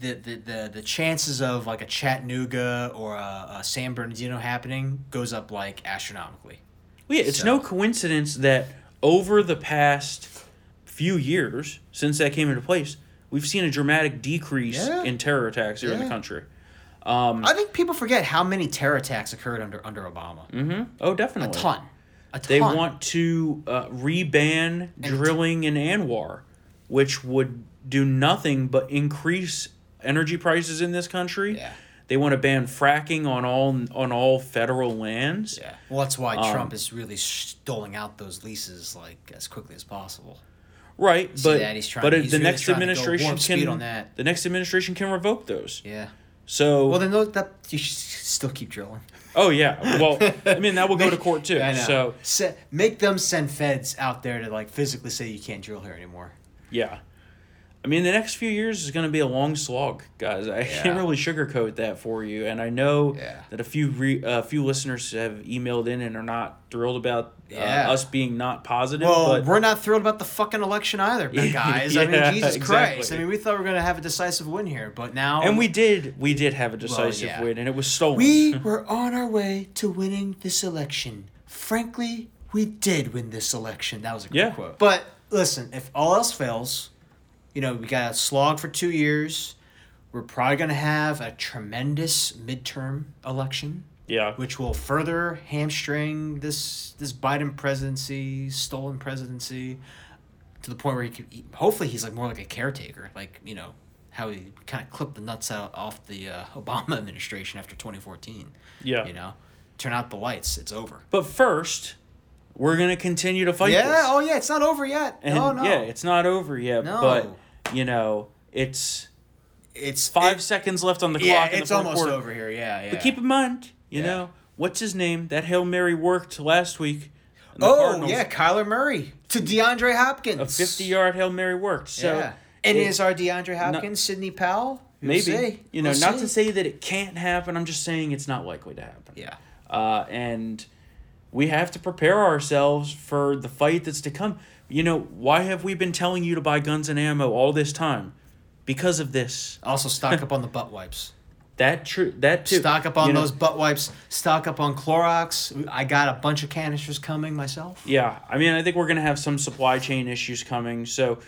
Speaker 2: The, the, the, the chances of like a Chattanooga or a, a San Bernardino happening goes up like astronomically.
Speaker 1: Well, yeah, it's
Speaker 2: So-
Speaker 1: no coincidence that over the past few years since that came into place, we've seen a dramatic decrease
Speaker 2: Yeah.
Speaker 1: in terror attacks here in the
Speaker 2: Yeah.
Speaker 1: country.
Speaker 2: I think people forget how many terror attacks occurred under under Obama.
Speaker 1: Oh, definitely.
Speaker 2: A ton. A ton.
Speaker 1: They want to uh, reban drilling in Anwar, which would do nothing but increase energy prices in this country.
Speaker 2: Yeah.
Speaker 1: They want to ban fracking on all on all federal lands.
Speaker 2: Yeah. Well, that's why
Speaker 1: Um,
Speaker 2: Trump is really doling out those leases like as quickly as possible.
Speaker 1: Right,
Speaker 2: See
Speaker 1: but
Speaker 2: that? He's trying-
Speaker 1: but
Speaker 2: he's
Speaker 1: the
Speaker 2: really
Speaker 1: next
Speaker 2: trying to go
Speaker 1: administration
Speaker 2: warp
Speaker 1: can
Speaker 2: speed on that.
Speaker 1: the next administration can revoke those.
Speaker 2: Yeah.
Speaker 1: So
Speaker 2: Well, then those, that you should still keep drilling.
Speaker 1: Oh yeah. Well, I mean that will go to court too. So
Speaker 2: Se- make them send feds out there to like physically say you can't drill here anymore.
Speaker 1: yeah, I mean the next few years is going to be a long slog, guys. I can't really sugarcoat that for you, and I know
Speaker 2: Yeah.
Speaker 1: that a few re- a few listeners have emailed in and are not thrilled about
Speaker 2: Yeah.
Speaker 1: uh, us being not positive.
Speaker 2: Well,
Speaker 1: but
Speaker 2: we're not thrilled about the fucking election either, guys. I
Speaker 1: Yeah,
Speaker 2: mean, Jesus Christ.
Speaker 1: exactly.
Speaker 2: I mean, we thought we were gonna have a decisive win here, but now
Speaker 1: and we did we did have a decisive
Speaker 2: yeah.
Speaker 1: win, and it was stolen.
Speaker 2: we were on our way to winning this election. Frankly, we did win this election. That was a great
Speaker 1: Yeah.
Speaker 2: quote. But listen, if all else fails, you know, we got a slog for two years. We're probably going to have a tremendous midterm election,
Speaker 1: yeah.
Speaker 2: which will further hamstring this this Biden presidency, stolen presidency, to the point where he could. He, hopefully, he's like more like a caretaker, like you know how he kind of clipped the nuts out off the uh, Obama administration after twenty fourteen.
Speaker 1: Yeah.
Speaker 2: you know, turn out the lights. It's over.
Speaker 1: but first, we're going to continue to fight.
Speaker 2: Yeah.
Speaker 1: this.
Speaker 2: Oh yeah. It's not over yet. Oh,
Speaker 1: And
Speaker 2: no. No.
Speaker 1: yeah, it's not over yet,
Speaker 2: No.
Speaker 1: but you know it's
Speaker 2: it's
Speaker 1: five
Speaker 2: it-
Speaker 1: seconds left on the clock.
Speaker 2: Yeah,
Speaker 1: in the
Speaker 2: it's
Speaker 1: fourth
Speaker 2: almost
Speaker 1: quarter.
Speaker 2: over here. Yeah. Yeah.
Speaker 1: But keep in mind, you
Speaker 2: Yeah.
Speaker 1: know, what's his name? That Hail Mary worked last week. and the
Speaker 2: Oh
Speaker 1: Cardinals,
Speaker 2: yeah, Kyler Murray to DeAndre Hopkins.
Speaker 1: A 50 yard Hail Mary worked. So
Speaker 2: yeah. And
Speaker 1: it-
Speaker 2: is our DeAndre Hopkins Sidney Powell? We'll
Speaker 1: maybe,
Speaker 2: see.
Speaker 1: you know,
Speaker 2: We'll
Speaker 1: not
Speaker 2: see.
Speaker 1: to say that it can't happen. I'm just saying it's not likely to happen.
Speaker 2: Yeah.
Speaker 1: Uh, and we have to prepare ourselves for the fight that's to come. You know, why have we been telling you to buy guns and ammo all this time? Because of this.
Speaker 2: Also, stock up on the butt wipes.
Speaker 1: That true. That too.
Speaker 2: Stock up on
Speaker 1: you know,
Speaker 2: those butt wipes. Stock up on Clorox. I got a bunch of canisters coming myself.
Speaker 1: Yeah, I mean, I think we're gonna have some supply chain issues coming, so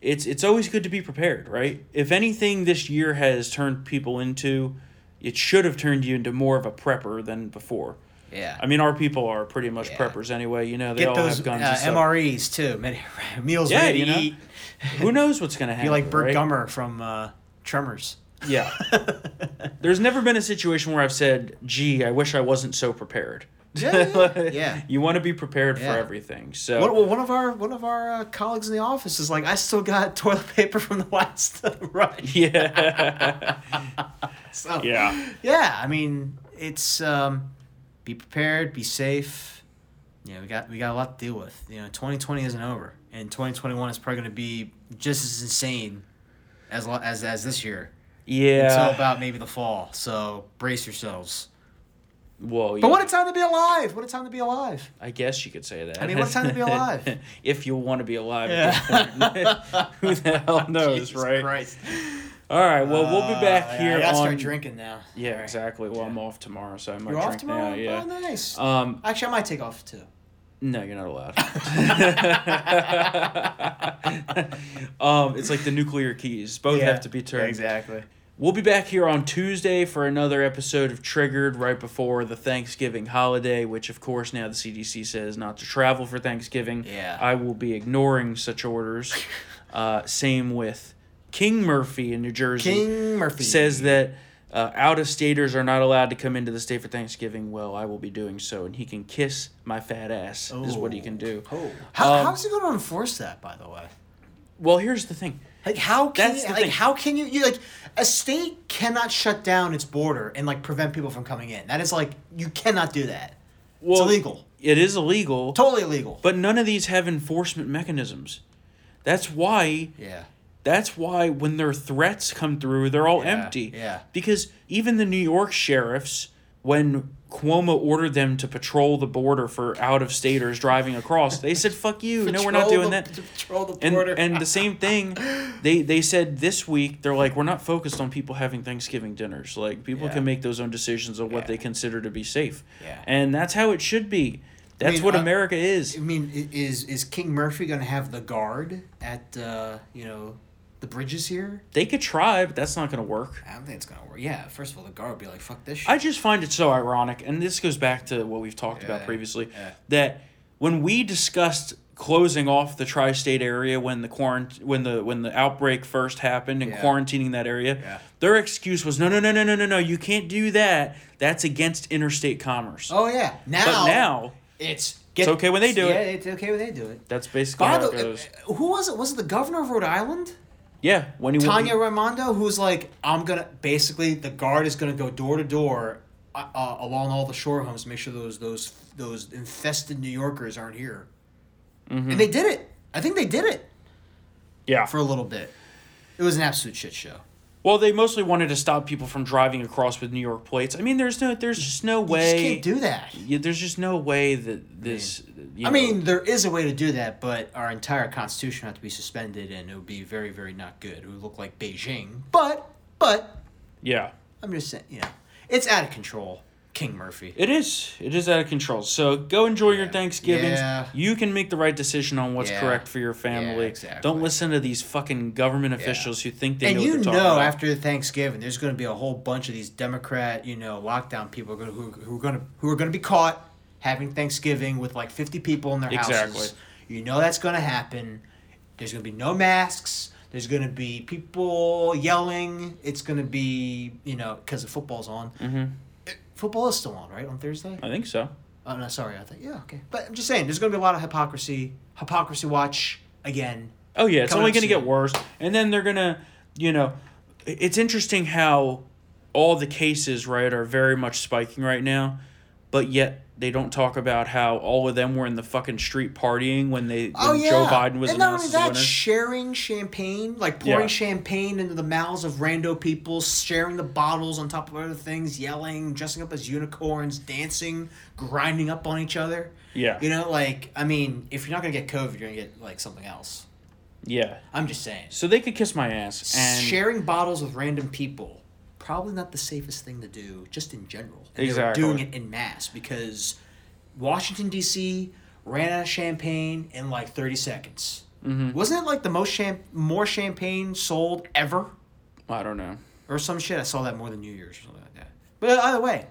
Speaker 1: it's it's always good to be prepared, right? If anything, this year has turned people into, it should have turned you into more of a prepper than before.
Speaker 2: Yeah.
Speaker 1: I mean, our people are pretty much
Speaker 2: Yeah.
Speaker 1: preppers anyway. You know, they
Speaker 2: Get
Speaker 1: all
Speaker 2: those
Speaker 1: have guns.
Speaker 2: uh,
Speaker 1: and stuff.
Speaker 2: MREs too. Many, meals
Speaker 1: Yeah,
Speaker 2: ready
Speaker 1: you
Speaker 2: to
Speaker 1: know.
Speaker 2: eat.
Speaker 1: Who knows what's gonna happen?
Speaker 2: Be like Bert
Speaker 1: right?
Speaker 2: Gummer from uh, Tremors.
Speaker 1: Yeah. There's never been a situation where I've said, "Gee, I wish I wasn't so prepared."
Speaker 2: Yeah, yeah, yeah.
Speaker 1: You want to be prepared
Speaker 2: Yeah.
Speaker 1: for everything. So
Speaker 2: One, well, one of our one of our uh, colleagues in the office is like, I still got toilet paper from the last rush.
Speaker 1: yeah,
Speaker 2: So,
Speaker 1: yeah,
Speaker 2: yeah. I mean, it's um, be prepared, be safe. Yeah, we got we got a lot to deal with. You know, twenty twenty isn't over, and twenty twenty one is probably going to be just as insane as lo- as as this year.
Speaker 1: yeah.
Speaker 2: Until about maybe the fall. So brace yourselves.
Speaker 1: Well,
Speaker 2: But what a time to be alive! What a time to be alive!
Speaker 1: I guess you could say that.
Speaker 2: I mean, what a time to be alive.
Speaker 1: if you want to be alive at this point. Who the hell knows,
Speaker 2: Jesus
Speaker 1: right?
Speaker 2: Christ.
Speaker 1: All right, well, we'll be
Speaker 2: Uh,
Speaker 1: back
Speaker 2: yeah,
Speaker 1: here
Speaker 2: I gotta
Speaker 1: on.
Speaker 2: start drinking now.
Speaker 1: Yeah, exactly. Well, I'm off tomorrow, so I might
Speaker 2: You're
Speaker 1: drink
Speaker 2: off tomorrow.
Speaker 1: now. Yeah.
Speaker 2: Oh, nice.
Speaker 1: Um,
Speaker 2: Actually, I might take off too.
Speaker 1: no, you're not allowed. um, it's like the nuclear keys. Both have to be turned.
Speaker 2: Exactly.
Speaker 1: We'll be back here on Tuesday for another episode of Triggered right before the Thanksgiving holiday, which, of course, now the CDC says not to travel for Thanksgiving.
Speaker 2: Yeah.
Speaker 1: I will be ignoring such orders. uh, same with King Murphy in New Jersey.
Speaker 2: King Murphy
Speaker 1: Says that uh, out of staters are not allowed to come into the state for Thanksgiving. Well, I will be doing so, and he can kiss my fat ass, is what he can do.
Speaker 2: Oh. How,
Speaker 1: Um,
Speaker 2: how's he going to enforce that? By the way,
Speaker 1: Well, here's the thing.
Speaker 2: like how can
Speaker 1: That's
Speaker 2: you,
Speaker 1: the
Speaker 2: like
Speaker 1: thing.
Speaker 2: how can you you like a state cannot shut down its border and like prevent people from coming in. That is like you cannot do that.
Speaker 1: Well,
Speaker 2: illegal.
Speaker 1: It is illegal.
Speaker 2: Totally illegal.
Speaker 1: But none of these have enforcement mechanisms. That's why
Speaker 2: yeah.
Speaker 1: that's why when their threats come through, they're all
Speaker 2: Yeah,
Speaker 1: empty.
Speaker 2: yeah.
Speaker 1: Because even the New York sheriffs, when Cuomo ordered them to patrol the border for out of staters driving across, they said, Fuck you, no, we're not doing
Speaker 2: Patrol the-
Speaker 1: that.
Speaker 2: Patrol the
Speaker 1: And,
Speaker 2: border.
Speaker 1: and the same thing, they they said this week they're like we're not focused on people having Thanksgiving dinners. Like people
Speaker 2: Yeah.
Speaker 1: can make those own decisions of what
Speaker 2: Yeah.
Speaker 1: they consider to be safe.
Speaker 2: Yeah.
Speaker 1: And that's how it should be. That's
Speaker 2: mean, uh,
Speaker 1: what
Speaker 2: I-
Speaker 1: America is.
Speaker 2: I mean, i- is is King Murphy going to have the guard at uh, you know the bridges here?
Speaker 1: They could try, but that's not going to work.
Speaker 2: I don't think it's going to work. Yeah. First of all, the guard would be like, "Fuck this shit."
Speaker 1: I just find it so ironic, and this goes back to what we've talked about
Speaker 2: Yeah,
Speaker 1: previously,
Speaker 2: yeah.
Speaker 1: that when we discussed closing off the tri-state area when the quarant- when the when the outbreak first happened and
Speaker 2: Yeah.
Speaker 1: quarantining that area,
Speaker 2: Yeah.
Speaker 1: their excuse was no no no no no no no you can't do that. That's against interstate commerce.
Speaker 2: oh yeah. Now.
Speaker 1: But now
Speaker 2: It's
Speaker 1: It's okay when they do
Speaker 2: yeah,
Speaker 1: it.
Speaker 2: it's okay when they do it.
Speaker 1: that's basically
Speaker 2: By
Speaker 1: how
Speaker 2: the,
Speaker 1: it goes.
Speaker 2: uh, who was it? Was it the governor of Rhode Island,
Speaker 1: Yeah, when he
Speaker 2: Tanya Raimondo, who was like, "I'm gonna basically the guard is gonna go door to door uh, uh, along all the shore homes, to make sure those those those infested New Yorkers aren't here," and they did it. I think they did it
Speaker 1: yeah.
Speaker 2: for a little bit. It was an absolute shit show.
Speaker 1: Well, they mostly wanted to stop people from driving across with New York plates. I mean, there's no there's just no
Speaker 2: You
Speaker 1: way
Speaker 2: just can't do that.
Speaker 1: Yeah, there's just no way that this. you know-
Speaker 2: I mean, there is a way to do that, but our entire constitution would have to be suspended, and it would be very, very not good. It would look like Beijing. But, but
Speaker 1: yeah,
Speaker 2: I'm just saying, you know, it's out of control. King Murphy.
Speaker 1: it is. It is out of control. So go enjoy your Thanksgivings.
Speaker 2: Yeah.
Speaker 1: You can make the right decision on what's
Speaker 2: Yeah.
Speaker 1: correct for your family.
Speaker 2: Yeah, exactly.
Speaker 1: Don't listen to these fucking government officials who think they
Speaker 2: and
Speaker 1: know
Speaker 2: you
Speaker 1: what
Speaker 2: know,
Speaker 1: they're talking about.
Speaker 2: after Thanksgiving, there's going to be a whole bunch of these Democrat, you know, lockdown people who, who, who are going to who are going to be caught having Thanksgiving with like 50 people in their houses.
Speaker 1: Exactly.
Speaker 2: You know that's going to happen. There's going to be no masks. There's going to be people yelling. It's going to be you know because the football's on. Mm-hmm. Football is still on, right? On Thursday.
Speaker 1: I think so.
Speaker 2: Oh no, sorry. I thought yeah, okay. But I'm just saying, there's going to be a lot of hypocrisy. Hypocrisy watch again.
Speaker 1: Oh yeah, it's
Speaker 2: Coming
Speaker 1: only
Speaker 2: up
Speaker 1: going to get
Speaker 2: soon.
Speaker 1: worse, and then they're gonna, you know, i- it's interesting how all the cases right are very much spiking right now, but yet They don't talk about how all of them were in the fucking street partying when they when
Speaker 2: Oh yeah,
Speaker 1: Joe Biden was
Speaker 2: and not
Speaker 1: announced
Speaker 2: only
Speaker 1: as the
Speaker 2: that,
Speaker 1: winner.
Speaker 2: sharing champagne, like pouring
Speaker 1: Yeah.
Speaker 2: champagne into the mouths of rando people, sharing the bottles on top of other things, yelling, dressing up as unicorns, dancing, grinding up on each other.
Speaker 1: Yeah.
Speaker 2: you know, like I mean, if you're not gonna get COVID, you're gonna get like something else.
Speaker 1: yeah.
Speaker 2: I'm just saying,
Speaker 1: So they could kiss my ass and
Speaker 2: sharing bottles with random people probably not the safest thing to do, just in general. And
Speaker 1: Exactly.
Speaker 2: They were doing it in mass because Washington D.C. ran out of champagne in like thirty seconds.
Speaker 1: Mm-hmm.
Speaker 2: Wasn't it like the most champ more champagne sold ever,
Speaker 1: I don't know.
Speaker 2: or some shit? I saw that more than New Year's or something like that. But either way,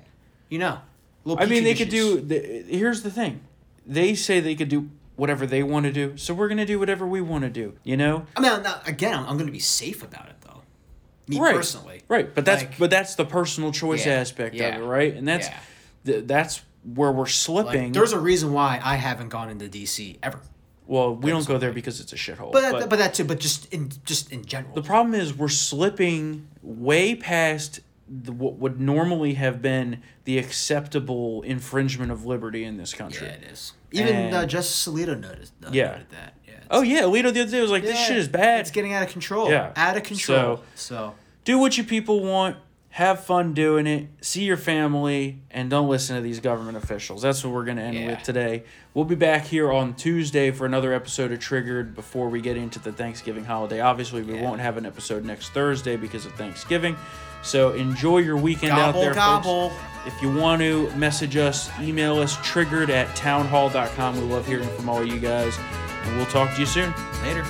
Speaker 2: you know, little
Speaker 1: I mean,
Speaker 2: petri
Speaker 1: they could
Speaker 2: dishes.
Speaker 1: do. The, here's the thing, they say they could do whatever they want to do, so we're gonna do whatever we want to do. You know,
Speaker 2: I mean, I'm not- again, I'm, I'm going to be safe about it though. Me
Speaker 1: right?
Speaker 2: personally,
Speaker 1: right. But that's
Speaker 2: Like-
Speaker 1: but that's the personal choice
Speaker 2: Yeah,
Speaker 1: aspect
Speaker 2: yeah,
Speaker 1: of it, right? And that's
Speaker 2: yeah.
Speaker 1: th- that's where we're
Speaker 2: Like,
Speaker 1: slipping.
Speaker 2: there's a reason why I haven't gone into D.C. ever.
Speaker 1: well, we don't go there because it's a shithole.
Speaker 2: But that, but, that too. But just in just in general.
Speaker 1: the problem is we're slipping way past the, what would normally have been the acceptable infringement of liberty in this country.
Speaker 2: yeah, it is. Even
Speaker 1: And-
Speaker 2: uh, Justice Alito noticed, uh,
Speaker 1: Yeah.
Speaker 2: noted that. Yeah.
Speaker 1: Oh yeah, Alito the other day was like, "This shit is bad.
Speaker 2: It's getting out of control.
Speaker 1: Yeah.
Speaker 2: Out of control.
Speaker 1: So-
Speaker 2: So,
Speaker 1: do what you people want have fun doing it see your family and don't listen to these government officials that's what we're going to end
Speaker 2: Yeah.
Speaker 1: with today we'll be back here on tuesday for another episode of triggered before we get into the thanksgiving holiday obviously we won't have an episode next thursday because of thanksgiving so enjoy your weekend
Speaker 2: Gobble,
Speaker 1: out there
Speaker 2: gobble.
Speaker 1: folks. if you want to message us email us triggered at townhall.com we love hearing from all you guys and we'll talk to you soon
Speaker 2: later.